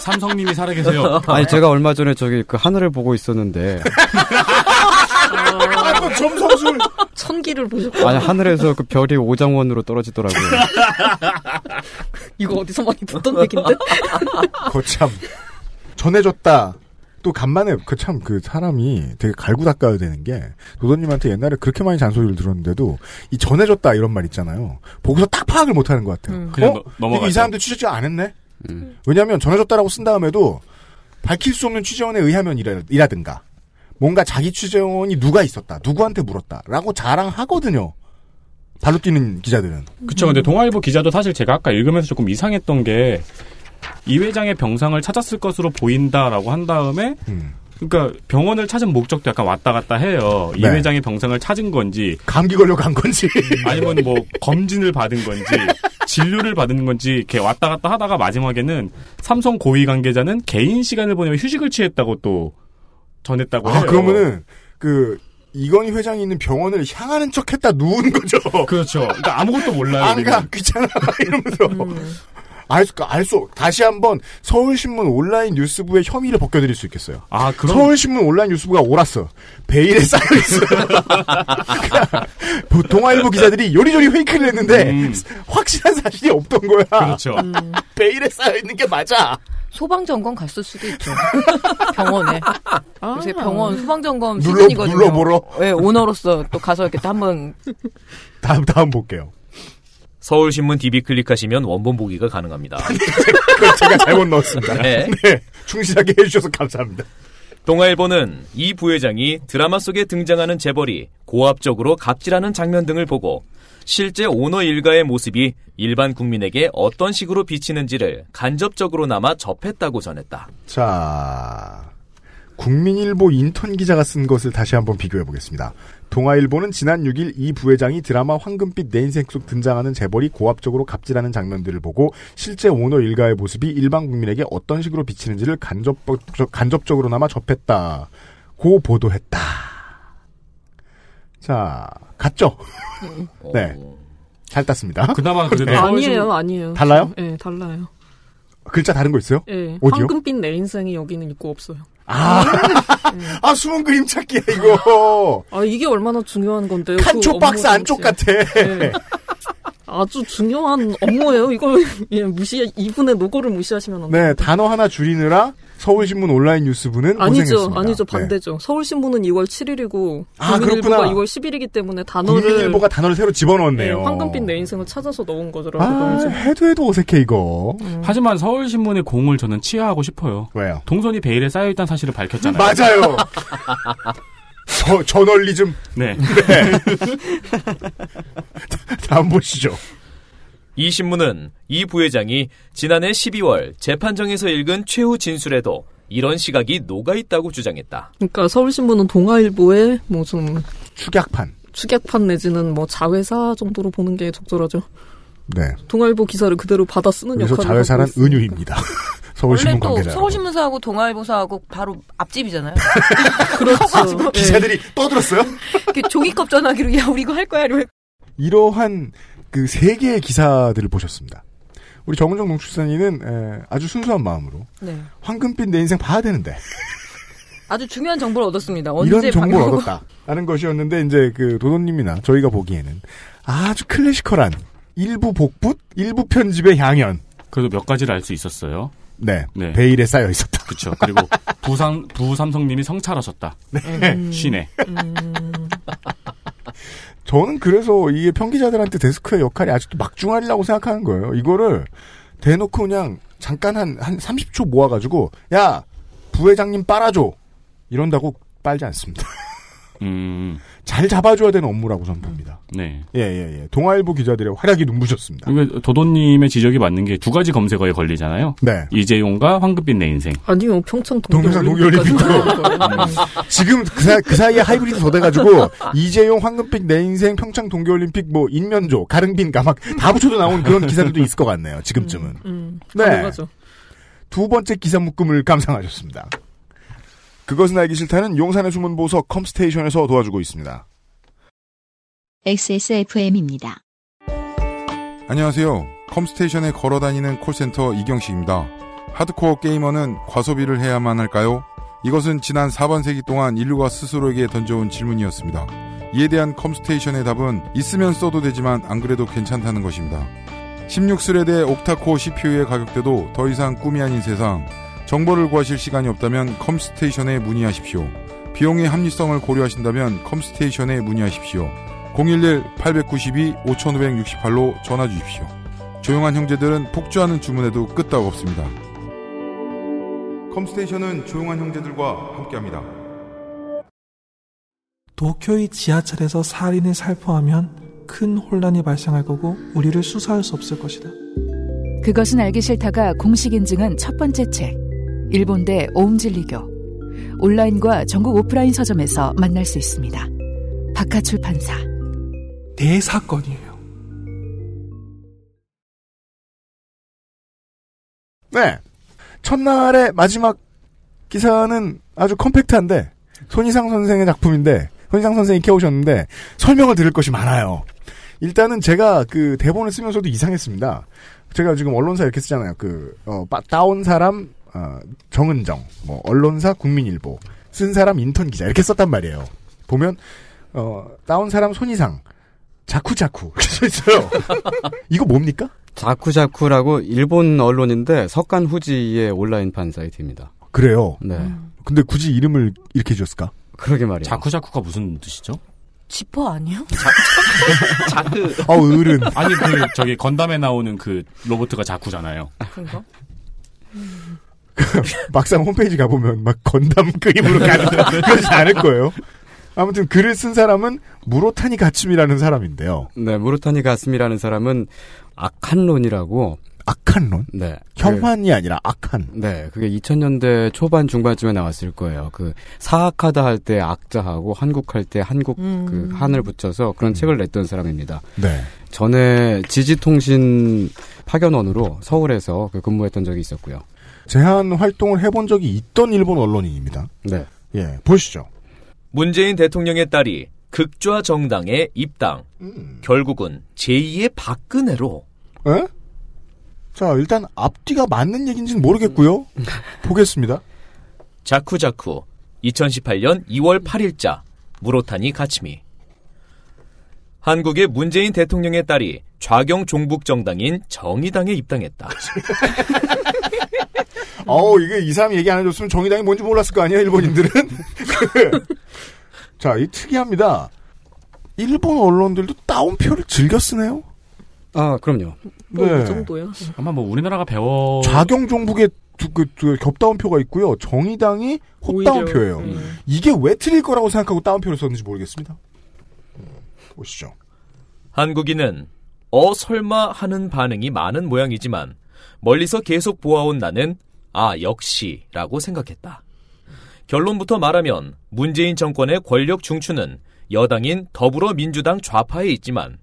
S4: 삼성님이 살아계세요.
S9: 아니 제가 얼마 전에 저기 그 하늘을 보고 있었는데
S3: 아, 점성술
S10: 천기를 보셨고
S9: 아니 하늘에서 그 별이 오장원으로 떨어지더라고요.
S10: 이거 어디서 많이 듣던 얘긴데
S3: 거참 전해졌다. 또 간만에 그 참 그 사람이 되게 갈고 닦아야 되는 게 도도님한테 옛날에 그렇게 많이 잔소리를 들었는데도 이 전해졌다 이런 말 있잖아요. 보고서 딱 파악을 못하는 것 같아요.
S4: 그냥
S3: 어?
S4: 넘- 넘어가죠. 음.
S3: 이 사람들 취재지 안 했네. 왜냐하면 전해졌다라고 쓴 다음에도 밝힐 수 없는 취재원에 의하면이라든가 뭔가 자기 취재원이 누가 있었다 누구한테 물었다라고 자랑하거든요. 발로 뛰는 기자들은.
S4: 그쵸. 근데 동아일보 기자도 사실 제가 아까 읽으면서 조금 이상했던 게, 이 회장의 병상을 찾았을 것으로 보인다라고 한 다음에, 그러니까 병원을 찾은 목적도 약간 왔다 갔다 해요. 이
S3: 네.
S4: 회장의 병상을 찾은 건지
S3: 감기 걸려 간 건지
S4: 아니면 뭐 검진을 받은 건지 진료를 받은 건지 이렇게 왔다 갔다 하다가 마지막에는 삼성 고위 관계자는 개인 시간을 보내며 휴식을 취했다고 또 전했다고
S3: 아,
S4: 해요.
S3: 그러면은, 그, 이건희 회장이 있는 병원을 향하는 척 했다 누운 거죠.
S4: 그렇죠. 그러니까 아무것도 몰라요.
S3: 안 가, 귀찮아. 이러면서. 알 수, 알 수, 다시 한번 서울신문 온라인 뉴스부의 혐의를 벗겨드릴 수 있겠어요.
S4: 아, 그럼-
S3: 서울신문 온라인 뉴스부가 옳았어. 베일에 쌓여있어요. 그러니까 동아일보 기자들이 요리조리 페이크를 했는데, 확실한 사실이 없던 거야.
S4: 그렇죠.
S3: 음. 베일에 쌓여있는 게 맞아.
S13: 소방점검 갔을 수도 있죠. 병원에.
S7: 아.
S13: 요새 병원 소방점검
S3: 눌러-
S13: 시즌이거든요.
S3: 눌러보러?
S13: 예, 오너로서 또 가서 이렇게 또 한번
S3: 다음, 다음 볼게요.
S8: 서울신문 DB 클릭하시면 원본 보기가 가능합니다.
S3: 그걸 제가 잘못 넣었습니다.
S8: 네.
S3: 네. 충실하게 해주셔서 감사합니다.
S8: 동아일보는 이 부회장이 드라마 속에 등장하는 재벌이 고압적으로 갑질하는 장면 등을 보고 실제 오너 일가의 모습이 일반 국민에게 어떤 식으로 비치는지를 간접적으로나마 접했다고 전했다.
S3: 자, 국민일보 인턴 기자가 쓴 것을 다시 한번 비교해 보겠습니다. 동아일보는 지난 6일 이 부회장이 드라마 황금빛 내 인생 속 등장하는 재벌이 고압적으로 갑질하는 장면들을 보고 실제 오너 일가의 모습이 일반 국민에게 어떤 식으로 비치는지를 간접, 간접적으로나마 접했다. 고 보도했다. 자, 갔죠? 네. 잘 땄습니다.
S4: 그나마
S3: 네.
S10: 아니에요, 아니에요.
S3: 달라요?
S10: 예, 달라요.
S3: 글자 다른 거 있어요?
S10: 예.
S3: 어디요?
S10: 황금빛 내 인생이 여기는 있고 없어요. 네.
S3: 아, 숨은 그림 찾기야, 이거.
S10: 아, 이게 얼마나 중요한 건데요. 그
S3: 칸초 박스
S10: 업무
S3: 안쪽
S10: 당시에.
S3: 같아.
S10: 예. 아주 중요한 업무예요. 이걸 예, 무시 이분의 노고를 무시하시면 안 돼요.
S3: 네, 단어 하나 줄이느라 서울신문 온라인 뉴스부는
S10: 아니죠,
S3: 네, 고생했습니다.
S10: 아니죠,
S3: 네.
S10: 반대죠. 서울신문은 2월 7일이고,
S3: 아,
S10: 국민일보가
S3: 그렇구나.
S10: 2월 10일이기 때문에 단어를
S3: 국민일보가 단어를 새로
S10: 예,
S3: 집어넣었네요.
S10: 황금빛 내 인생을 찾아서 넣은 거더라고요.
S3: 아,
S10: 그거는.
S3: 해도 해도 어색해 이거.
S10: 네.
S4: 하지만 서울신문의 공을 저는 치하하고 싶어요.
S3: 왜요?
S4: 동선이 베일에 쌓여있다는 사실을 밝혔잖아요.
S3: 맞아요. 저, 저널리즘.
S4: 네.
S3: 다음 보시죠.
S8: 이 신문은 이 부회장이 지난해 12월 재판정에서 읽은 최후 진술에도 이런 시각이 녹아 있다고 주장했다.
S10: 그러니까 서울신문은 동아일보의 뭐 좀
S3: 축약판,
S10: 축약판 내지는 뭐 자회사 정도로 보는 게 적절하죠.
S3: 네.
S10: 동아일보 기사를 그대로 받아 쓰는
S3: 여기서
S10: 역할을
S3: 자회사란
S10: 하고 있어요.
S3: 은유입니다. 서울신문
S13: 원래 또
S3: 관계자.
S13: 서울신문사하고 동아일보사하고 바로 앞집이잖아요.
S3: 그렇죠. 기자들이
S10: 네.
S3: 떠들었어요?
S13: 이렇게 종이컵 전화기로 야 우리 이거 할 거야 이러면
S3: 이러한 그 세 개의 기사들을 보셨습니다. 우리 정은정 농축산인은 에, 아주 순수한 마음으로
S13: 네.
S3: 황금빛 내 인생 봐야 되는데
S13: 아주 중요한 정보를 얻었습니다. 언제
S3: 이런 정보를
S13: 방송하고-
S3: 얻었다라는 것이었는데 이제 그 도도님이나 저희가 보기에는 아주 클래시컬한 일부 복붙, 일부 편집의 향연.
S4: 그래도 몇 가지를 알 수 있었어요.
S3: 네,
S4: 네.
S3: 베일에 쌓여 있었다.
S4: 그렇죠. 그리고 부상 부삼성님이 성찰하셨다.
S3: 네.
S4: 쉬네.
S3: 저는 그래서 이게 편기자들한테 데스크의 역할이 아직도 막중하리라고 생각하는 거예요. 이거를 대놓고 그냥 잠깐 한, 한 30초 모아가지고, 야! 부회장님 빨아줘! 이런다고 빨지 않습니다.
S4: 음,
S3: 잘 잡아줘야 되는 업무라고 저는 봅니다.
S4: 네.
S3: 예, 예, 예. 동아일보 기자들의 활약이 눈부셨습니다.
S4: 그러니까 도도님의 지적이 맞는 게 두 가지 검색어에 걸리잖아요.
S3: 네.
S4: 이재용과 황급빈 내 인생.
S10: 아니요, 평창
S3: 동영상 동계올림픽도. 음.
S10: 네.
S3: 지금 그, 사, 그 사이에 하이브리드 더 돼가지고, 이재용, 황금빛, 내 인생, 평창 동계올림픽, 뭐, 인면조, 가릉빈, 가막, 다 붙여도 나온 그런 기사들도 있을 것 같네요,
S10: 음.
S3: 지금쯤은. 네.
S10: 가능하죠.
S3: 두 번째 기사 묶음을 감상하셨습니다. 그것은 알기 싫다는 용산의 숨은 보석 컴스테이션에서 도와주고 있습니다.
S1: XSFM입니다.
S14: 안녕하세요. 컴스테이션에 걸어다니는 콜센터 이경식입니다. 하드코어 게이머는 과소비를 해야만 할까요? 이것은 지난 4번 세기 동안 인류가 스스로에게 던져온 질문이었습니다. 이에 대한 컴스테이션의 답은 있으면 써도 되지만 안 그래도 괜찮다는 것입니다. 16스레드의 옥타코어 CPU의 가격대도 더 이상 꿈이 아닌 세상 정보를 구하실 시간이 없다면 컴스테이션에 문의하십시오. 비용의 합리성을 고려하신다면 컴스테이션에 문의하십시오. 011-892-5568로 전화 주십시오. 조용한 형제들은 폭주하는 주문에도 끄떡 없습니다. 컴스테이션은 조용한 형제들과 함께합니다.
S15: 도쿄의 지하철에서 살인을 살포하면 큰 혼란이 발생할 거고 우리를 수사할 수 없을 것이다.
S16: 그것은 알기 싫다가 공식 인증한 첫 번째 책. 일본대 오음질리교. 온라인과 전국 오프라인 서점에서 만날 수 있습니다. 바카 출판사.
S15: 내 사건이에요.
S3: 네. 첫날의 마지막 기사는 아주 컴팩트한데 손희상 선생의 작품인데 손희상 선생이 캐오셨는데 설명을 들을 것이 많아요. 일단은 제가 그 대본을 쓰면서도 이상했습니다. 제가 지금 언론사 이렇게 쓰잖아요. 그 어, 빠- 따온 사람 어, 정은정, 뭐 언론사 국민일보 쓴 사람 인턴 기자 이렇게 썼단 말이에요. 보면 어, 따온 사람 손희상 자쿠자쿠 이렇게 써 있어요. 이거 뭡니까?
S9: 자쿠자쿠라고 일본 언론인데 석간 후지의 온라인판 사이트입니다.
S3: 그래요.
S9: 네.
S3: 근데 굳이 이름을 이렇게 지었을까?
S9: 그러게 말이에요.
S4: 자쿠자쿠가 무슨 뜻이죠?
S13: 지퍼 아니요?
S8: 자크.
S3: 어우, 을은.
S4: 아니, 그, 저기, 건담에 나오는 그 로봇가 자쿠잖아요.
S13: 그런가?
S3: 막상 홈페이지 가보면 막 건담 그림으로 가는 그러지 않을 거예요. 아무튼 글을 쓴 사람은 무로타니 가츠미라는 사람인데요.
S9: 네, 무르타니 가슴이라는 사람은 악한론이라고.
S3: 악한론?
S9: 네.
S3: 형환이 아니라 악한.
S9: 네, 그게 2000년대 초반 중반쯤에 나왔을 거예요. 그 사악하다 할 때 악자하고 한국 할 때 한국 그 한을 붙여서 그런 책을 냈던 사람입니다.
S3: 네.
S9: 전에 지지통신 파견원으로 서울에서 그 근무했던 적이 있었고요.
S3: 제한 활동을 해본 적이 있던 일본 언론인입니다.
S9: 네.
S3: 예, 보시죠.
S8: 문재인 대통령의 딸이 극좌 정당에 입당. 결국은 제2의 박근혜로.
S3: 예? 자, 일단 앞뒤가 맞는 얘기인지는 모르겠고요. 보겠습니다.
S8: 자쿠자쿠 2018년 2월 8일자 무로타니 가치미 한국의 문재인 대통령의 딸이 좌경 종북 정당인 정의당에 입당했다.
S3: 어우, 이게 이 사람이 얘기 안 해줬으면 정의당이 뭔지 몰랐을 거 아니에요, 일본인들은? 그, 자, 이 특이합니다. 일본 언론들도 따옴표를 즐겨 쓰네요?
S9: 아, 그럼요.
S3: 네.
S10: 뭐이 정도야.
S4: 아마 뭐 우리나라가 배워.
S3: 좌경 종북에 두- 그, 그 겹다운표가 있고요. 정의당이 헛다운표예요.
S4: 오히려, 음.
S3: 이게 왜 틀릴 거라고 생각하고 다운표를 썼는지 모르겠습니다. 음, 보시죠.
S8: 한국인은 어 설마 하는 반응이 많은 모양이지만 멀리서 계속 보아온 나는 아 역시라고 생각했다. 결론부터 말하면 문재인 정권의 권력 중추는 여당인 더불어민주당 좌파에 있지만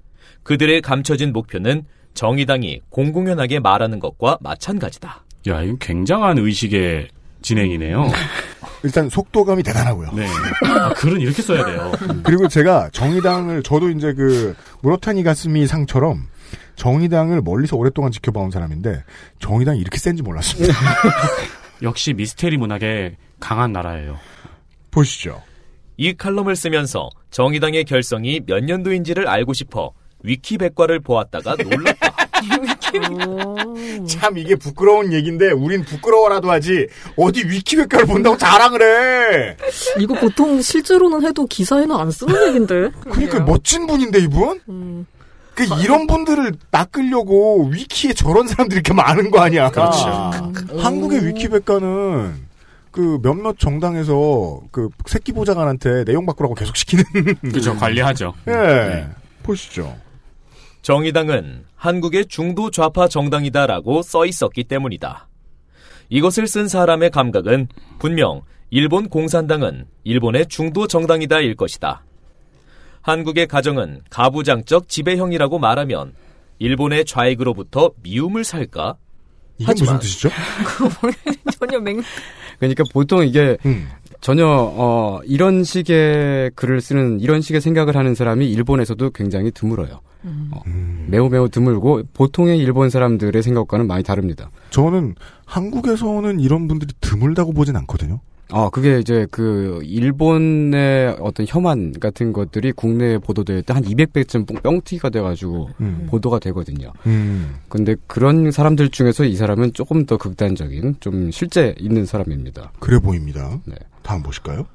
S8: 그들의 감춰진 목표는 정의당이 공공연하게 말하는 것과 마찬가지다.
S4: 야, 이건 굉장한 의식의 진행이네요.
S3: 일단 속도감이 대단하고요.
S4: 네. 아, 글은 이렇게 써야 돼요.
S3: 그리고 제가 정의당을 저도 이제 그 무라타니 가스미 상처럼 정의당을 멀리서 오랫동안 지켜봐온 사람인데 정의당이 이렇게 센지 몰랐습니다.
S4: 역시 미스테리 문학의 강한 나라예요.
S3: 보시죠.
S8: 이 칼럼을 쓰면서 정의당의 결성이 몇 년도인지를 알고 싶어 위키백과를 보았다가 놀랐다.
S3: 참 이게 부끄러운 얘기인데 우린 부끄러워라도 하지 어디 위키백과를 본다고 자랑을 해.
S10: 이거 보통 실제로는 해도 기사에는 안 쓰는 얘긴데.
S3: 그러니까 멋진 분인데 이분? 그 이런 분들을 낚으려고 위키에 저런 사람들이 이렇게 많은 거 아니야.
S4: 그렇죠.
S3: 한국의 위키백과는 그 몇몇 정당에서 그 새끼 보좌관한테 내용 바꾸라고 계속 시키는
S4: 음, 그죠, 관리하죠.
S3: 예.
S8: 네.
S3: 음. 보시죠.
S8: 정의당은 한국의 중도 좌파 정당이다라고 써 있었기 때문이다. 이것을 쓴 사람의 감각은 분명 일본 공산당은 일본의 중도 정당이다일 것이다. 한국의 가정은 가부장적 지배형이라고 말하면 일본의 좌익으로부터 미움을 살까?
S3: 이게
S8: 하지만
S3: 무슨 뜻이죠?
S13: 전혀 맹.
S9: 그러니까 보통 이게
S3: 음.
S9: 전혀 어 이런 식의 글을 쓰는 이런 식의 생각을 하는 사람이 일본에서도 굉장히 드물어요. 어, 매우 매우 드물고 보통의 일본 사람들의 생각과는 많이 다릅니다.
S3: 저는 한국에서는 이런 분들이 드물다고 보진 않거든요.
S9: 아 그게 이제 그 일본의 어떤 혐한 같은 것들이 국내에 보도될 때 한 200배쯤 뿅튀가 돼가지고
S3: 음.
S9: 보도가 되거든요.
S3: 음.
S9: 근데 그런 사람들 중에서 이 사람은 조금 더 극단적인 좀 실제 있는 사람입니다.
S3: 그래 보입니다.
S9: 네.
S3: 다음 보실까요?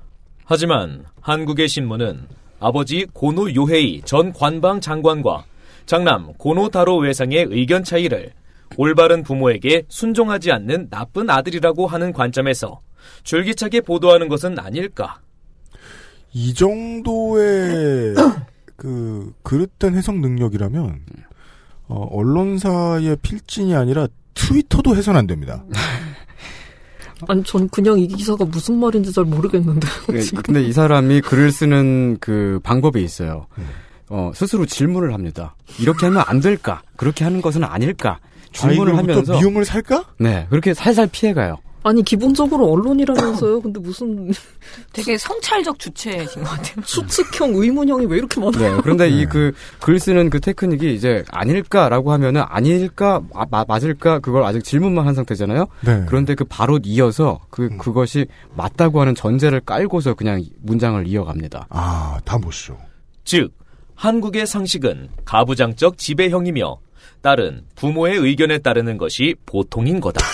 S8: 하지만 한국의 신문은 아버지 고노 요헤이 전 관방 장관과 장남 고노 다로 외상의 의견 차이를 올바른 부모에게 순종하지 않는 나쁜 아들이라고 하는 관점에서 줄기차게 보도하는 것은 아닐까.
S3: 이 정도의 그 그릇된 해석 능력이라면 어, 언론사의 필진이 아니라 트위터도 해선 안 됩니다.
S10: 아니 전 그냥 이 기사가 무슨 말인지 잘 모르겠는데.
S9: 네, 근데 이 사람이 글을 쓰는 그 방법이 있어요.
S3: 음.
S9: 어, 스스로 질문을 합니다. 이렇게 하면 안 될까? 그렇게 하는 것은 아닐까? 질문을
S3: 자기로부터
S9: 하면서
S3: 미움을 살까?
S9: 네, 그렇게 살살 피해가요.
S10: 아니 기본적으로 언론이라면서요. 근데 무슨
S7: 되게 성찰적 주체이신 것 같아요.
S10: 추측형 의문형이 왜 이렇게 많아요?
S9: 네, 그런데 이 그 글 쓰는 그 테크닉이 이제 아닐까라고 하면은 아닐까 마- 마- 맞을까 그걸 아직 질문만 한 상태잖아요.
S3: 네. 음.
S9: 그런데 그 바로 이어서 그 그것이 맞다고 하는 전제를 깔고서 그냥 문장을 이어갑니다.
S3: 아, 다 보시죠.
S8: 즉 한국의 상식은 가부장적 지배형이며 딸은 부모의 의견에 따르는 것이 보통인 거다.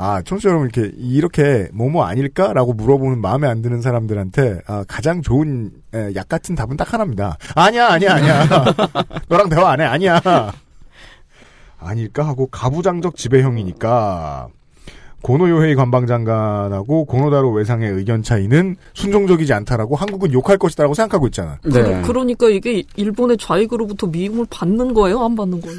S3: 아, 청취자 여러분, 이렇게, 이렇게, 뭐뭐 아닐까? 라고 물어보는 마음에 안 드는 사람들한테, 아, 가장 좋은, 에, 약 같은 답은 딱 하나입니다. 아니야, 아니야, 아니야. 너랑 대화 안 해, 아니야. 아닐까? 하고, 가부장적 지배형이니까, 고노요헤이 관방장관하고 고노다로 외상의 의견 차이는 순종적이지 않다라고 한국은 욕할 것이다라고 생각하고 있잖아.
S10: 그러-
S9: 네.
S10: 그러니까 이게 일본의 좌익으로부터 미움을 받는 거예요? 안 받는 거예요?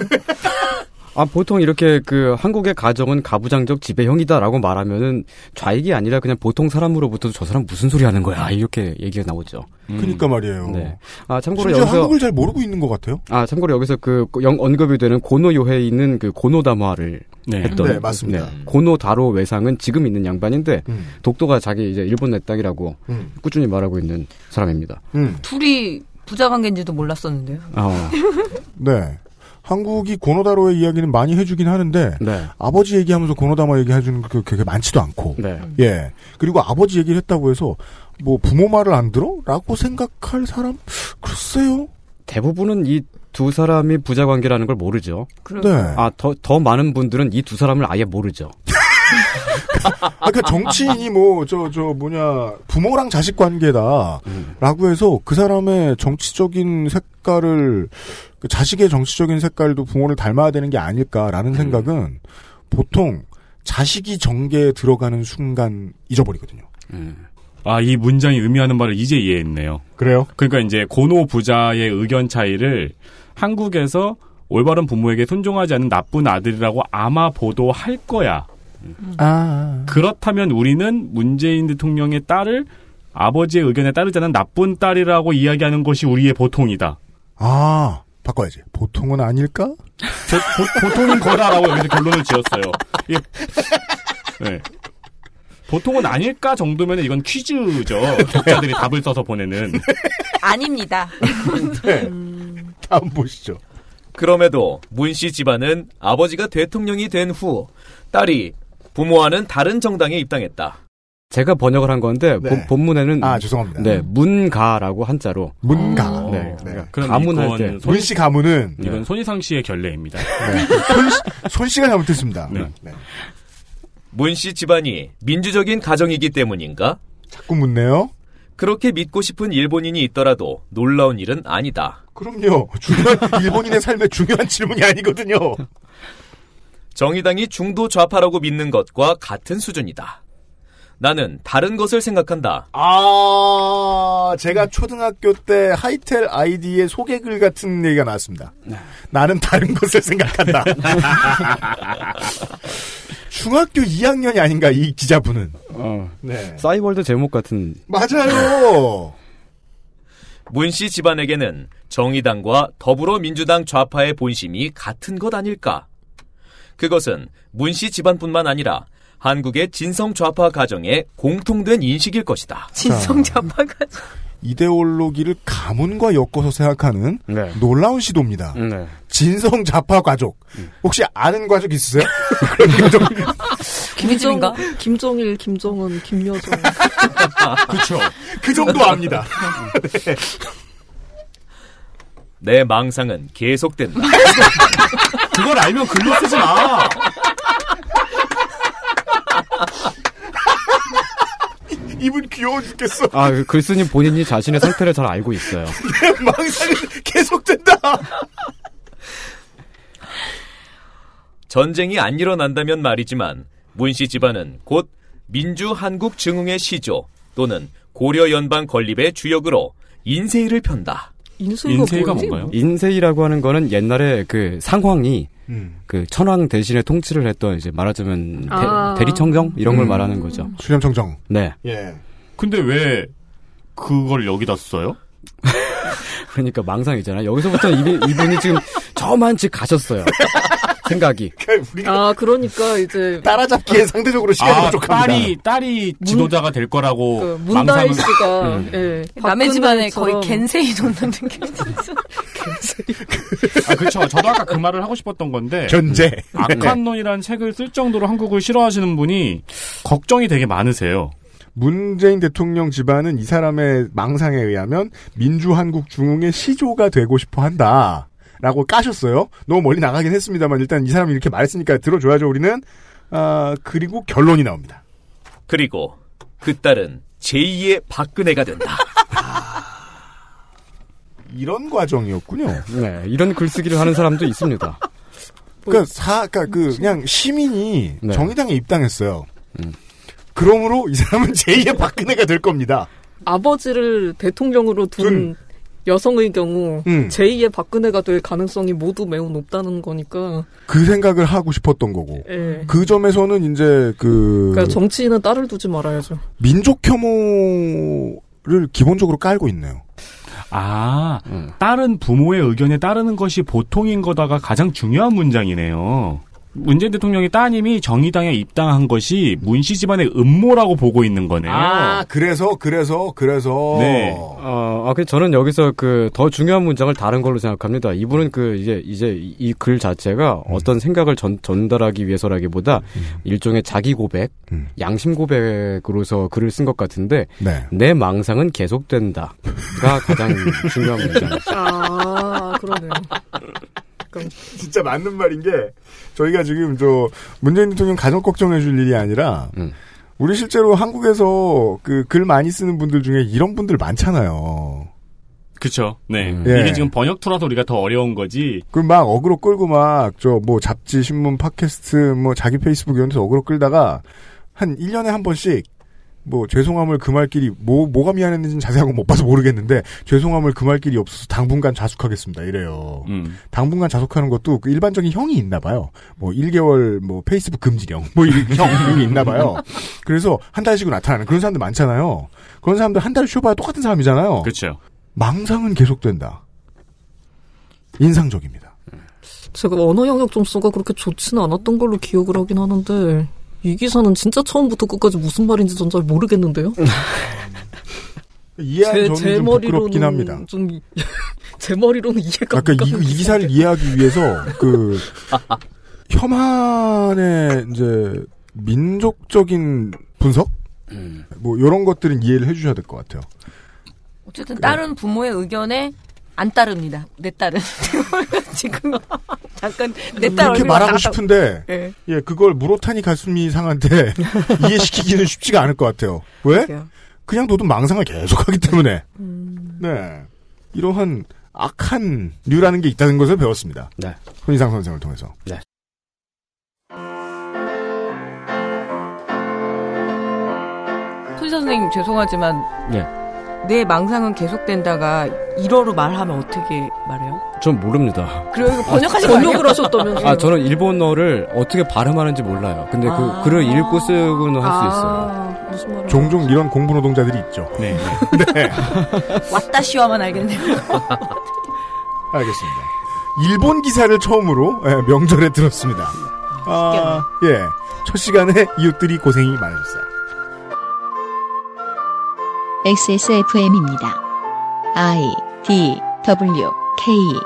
S9: 아, 보통 이렇게 그 한국의 가정은 가부장적 지배형이다라고 말하면은 좌익이 아니라 그냥 보통 사람으로부터 저 사람 무슨 소리 하는 거야 이렇게 얘기가 나오죠.
S3: 그러니까 말이에요.
S9: 네. 아, 참고로
S3: 심지어
S9: 여기서
S3: 한국을 잘 모르고 있는 것 같아요.
S9: 아, 참고로 여기서 그 영- 언급이 되는 고노요해에 있는 그 고노담화를
S4: 네.
S9: 했던
S3: 네, 맞습니다.
S9: 고노다로 외상은 지금 있는 양반인데
S3: 음.
S9: 독도가 자기 이제 일본 내 땅이라고
S3: 음.
S9: 꾸준히 말하고 있는 사람입니다.
S7: 둘이 부자 관계인지도 몰랐었는데요.
S9: 아,
S3: 네. 한국이 고노다로의 이야기는 많이 해주긴 하는데 아버지 얘기하면서 고노다마 얘기해주는 게 그렇게 많지도 않고 예 그리고 아버지 얘기를 했다고 해서 뭐 부모 말을 안 들어?라고 생각할 사람 글쎄요
S9: 대부분은 이 두 사람이 부자 관계라는 걸 모르죠.
S7: 그럼-
S3: 네.
S9: 아, 더, 더 많은 분들은 이 두 사람을 아예 모르죠.
S3: 아까 정치인이 뭐 저 저 뭐냐 부모랑 자식 관계다라고
S9: 음.
S3: 해서 그 사람의 정치적인 색깔을 그 자식의 정치적인 색깔도 부모를 닮아야 되는 게
S9: 음.
S3: 아닐까라는 생각은 보통 자식이 정계에 들어가는 순간 잊어버리거든요.
S4: 아, 이 문장이 의미하는 말을 이제 이해했네요.
S3: 그래요?
S4: 그러니까 이제 고노 부자의 의견 차이를 한국에서 올바른 부모에게 순종하지 않는 나쁜 아들이라고 아마 보도할 거야.
S3: 아.
S4: 그렇다면 우리는 문재인 대통령의 딸을 아버지의 의견에 따르지 않는 나쁜 딸이라고 이야기하는 것이 우리의 보통이다.
S3: 아, 바꿔야지. 보통은 아닐까?
S4: 보, 통인 거다라고 여기서 결론을 지었어요. 이게- 네. 보통은 아닐까 정도면 이건 퀴즈죠. 독자들이 답을 써서 보내는.
S7: 아닙니다.
S3: 다음 보시죠.
S8: 그럼에도 문 씨 집안은 아버지가 대통령이 된 후 딸이 부모와는 다른 정당에 입당했다.
S9: 제가 번역을 한 건데 본, 본문에는
S3: 네. 아 죄송합니다.
S9: 네 문가라고 한자로
S3: 문가
S4: 아,
S9: 네, 그러니까
S4: 어, 그럼
S9: 가문할
S4: 이건
S9: 때
S4: 손- 문씨
S3: 가문은
S4: 이건 손희상 씨의 결례입니다.
S3: 손씨가 잘못했습니다. 네.
S8: 문 씨 집안이 민주적인 가정이기 때문인가?
S3: 자꾸 묻네요.
S8: 그렇게 믿고 싶은 일본인이 있더라도 놀라운 일은 아니다.
S3: 그럼요. 중요한 일본인의 삶의 중요한 질문이 아니거든요.
S8: 정의당이 중도 좌파라고 믿는 것과 같은 수준이다. 나는 다른 것을 생각한다.
S3: 아, 제가 초등학교 때 하이텔 아이디의 소개글 같은 얘기가 나왔습니다. 나는 다른 것을 생각한다. 중학교 2학년이 아닌가 이 기자분은.
S9: 어,
S3: 네.
S9: 사이월드 제목 같은
S3: 맞아요.
S8: 문 씨 집안에게는 정의당과 더불어민주당 좌파의 본심이 같은 것 아닐까? 그것은 문 씨 집안뿐만 아니라 한국의 진성 좌파 가정의 공통된 인식일 것이다.
S3: 진성
S7: 좌파가
S3: 이데올로기를 가문과 엮어서 생각하는 놀라운 시도입니다. 진성 좌파 가족. 혹시 아는 가족 있으세요?
S10: 김정인가? 김정일, 김정은, 김여정.
S3: 그렇죠. 그 정도 압니다.
S8: 내 망상은 계속된다.
S4: 그걸 알면 글로 쓰지 마.
S3: 이분 귀여워 죽겠어.
S9: 아, 그 글쓴이 본인이 자신의 상태를 잘 알고 있어요.
S3: 망상이 계속된다.
S8: 전쟁이 안 일어난다면 말이지만 문씨 집안은 곧 민주 한국 증흥의 시조 또는 고려 연방 건립의 주역으로 인세이를 편다.
S9: 인세이라고 하는 거는 옛날에 그 상황이
S3: 음.
S9: 그 천황 대신에 통치를 했던 이제 말하자면 대,
S10: 아.
S9: 대리청정 이런 걸
S10: 음.
S9: 말하는 거죠.
S3: 수렴청정.
S9: 네.
S3: 예.
S4: 근데 왜 그걸 여기다 써요?
S9: 그러니까 망상이잖아. 여기서부터 이분, 이분이 지금 저만 지 가셨어요. 생각이.
S10: 아, 그러니까 이제
S3: 따라잡기에 상대적으로
S4: 아, 딸이 딸이 지도자가 될 거라고
S10: 그 문다혜
S4: 망상을-
S10: 씨가
S4: 음.
S10: 예,
S7: 남의 집안에 거의
S10: 박근혜처럼
S7: 겐세이 돈다는 게
S4: 아, 그쵸. 저도 아까 그 말을 하고 싶었던 건데.
S3: 견제.
S4: 악한 논이라는 책을 쓸 정도로 한국을 싫어하시는 분이 걱정이 되게 많으세요.
S3: 문재인 대통령 집안은 이 사람의 망상에 의하면 민주한국 중흥의 시조가 되고 싶어 한다. 라고 까셨어요. 너무 멀리 나가긴 했습니다만 일단 이 사람이 이렇게 말했으니까 들어줘야죠 우리는. 아 그리고 결론이 나옵니다.
S8: 그리고 그 딸은 제2의 박근혜가 된다.
S3: 이런 과정이었군요.
S9: 네, 이런 글쓰기를 하는 사람도 있습니다.
S3: 그러니까 사, 그러니까 그 그냥 시민이
S9: 네.
S3: 정의당에 입당했어요. 그러므로 이 사람은 제2의 박근혜가 될 겁니다.
S10: 아버지를 대통령으로 둔 여성의 경우
S3: 음.
S10: 제2의 박근혜가 될 가능성이 모두 매우 높다는 거니까
S3: 그 생각을 하고 싶었던 거고.
S10: 예.
S3: 그 점에서는 이제 그
S10: 그러니까 정치인은 딸을 두지 말아야죠.
S3: 민족 혐오를 기본적으로 깔고 있네요.
S4: 아, 다른 부모의 의견에 따르는 것이 보통인 거다가 가장 중요한 문장이네요. 문재인 대통령의 따님이 정의당에 입당한 것이 문씨 집안의 음모라고 보고 있는 거네요.
S3: 아, 그래서, 그래서, 그래서.
S4: 네.
S9: 어, 아, 그 저는 여기서 그 더 중요한 문장을 다른 걸로 생각합니다. 이분은 그 이제 이제 이 글 자체가 어떤 생각을 전, 전달하기 위해서라기보다 일종의 자기 고백, 양심 고백으로서 글을 쓴 것 같은데
S3: 네.
S9: 내 망상은 계속된다가 가장 중요한 문장.
S10: 아, 그러네.
S3: 진짜 맞는 말인 게, 저희가 지금 저, 문재인 대통령 가정 걱정해줄 일이 아니라, 우리 실제로 한국에서 그 글 많이 쓰는 분들 중에 이런 분들 많잖아요.
S4: 그쵸. 네.
S3: 예.
S4: 이게 지금 번역투라서 우리가 더 어려운 거지.
S3: 그 막 어그로 끌고 막 저 뭐 잡지, 신문, 팟캐스트, 뭐 자기 페이스북 이런 데서 어그로 끌다가 한 1년에 한 번씩 뭐 죄송함을 금할 길이 뭐 뭐가 미안했는지는 자세한 건 못 봐서 모르겠는데 죄송함을 금할 길이 없어서 당분간 자숙하겠습니다. 이래요.
S4: 음.
S3: 당분간 자숙하는 것도 그 일반적인 형이 있나 봐요. 뭐 1개월 뭐 페이스북 금지령 뭐 이런 형이 있나 봐요. 그래서 한 달 쉬고 나타나는 그런 사람들 많잖아요. 그런 사람들 한 달 쉬어봐야 똑같은 사람이잖아요.
S4: 그렇죠.
S3: 망상은 계속된다. 인상적입니다.
S10: 제가 언어 영역 점수가 그렇게 좋지는 않았던 걸로 기억을 하긴 하는데 이 기사는 진짜 처음부터 끝까지 무슨 말인지 전 잘 모르겠는데요.
S3: 이해한
S10: 제-
S3: 점이
S10: 제
S3: 좀 부끄럽긴
S10: 머리로는
S3: 합니다.
S10: 좀 이- 제 머리로는 이해가
S3: 아까
S10: 안
S3: 이,
S10: 가는
S3: 이 기사를 이해하기 위해서 그 혐한의 이제 민족적인 분석
S10: 음.
S3: 뭐 이런 것들은 이해를 해주셔야 될 것 같아요.
S7: 어쨌든 다른 부모의 의견에 안 따릅니다. 내 딸은 지금 잠깐 내 딸
S3: 이렇게
S7: 얼굴
S3: 말하고
S7: 왔다 갔다-
S3: 싶은데
S7: 예.
S3: 예 그걸 무로타니 가슴이 상한데 이해시키기는 쉽지가 않을 것 같아요. 왜?
S7: 예.
S3: 그냥 너도 망상을 계속하기 때문에
S7: 음.
S3: 네 이러한 악한 류라는 게 있다는 것을 배웠습니다.
S9: 네.
S3: 손희상 선생을 통해서.
S9: 네.
S7: 손 선생님 죄송하지만
S9: 예.
S7: 내 망상은 계속된다가 1어로 말하면 어떻게 말해요?
S9: 전 모릅니다.
S7: 그리고 이거 번역하신
S10: 아,
S7: 거 아니에요?
S10: 번역을 하셨다면서요?
S9: 아, 저는 일본어를 어떻게 발음하는지 몰라요. 근데 그
S10: 아.
S9: 글을 읽고 쓰고는 할 수 있어요.
S10: 아, 무슨 말을
S3: 종종 이런 공부 노동자들이 있죠.
S4: 네.
S3: 네.
S7: 왔다시와만 알겠네요.
S3: 알겠습니다. 일본 기사를 처음으로 예, 명절에 들었습니다. 아, 예. 첫 시간에 이웃들이 고생이 많으셨어요.
S1: XSFM입니다. I D W K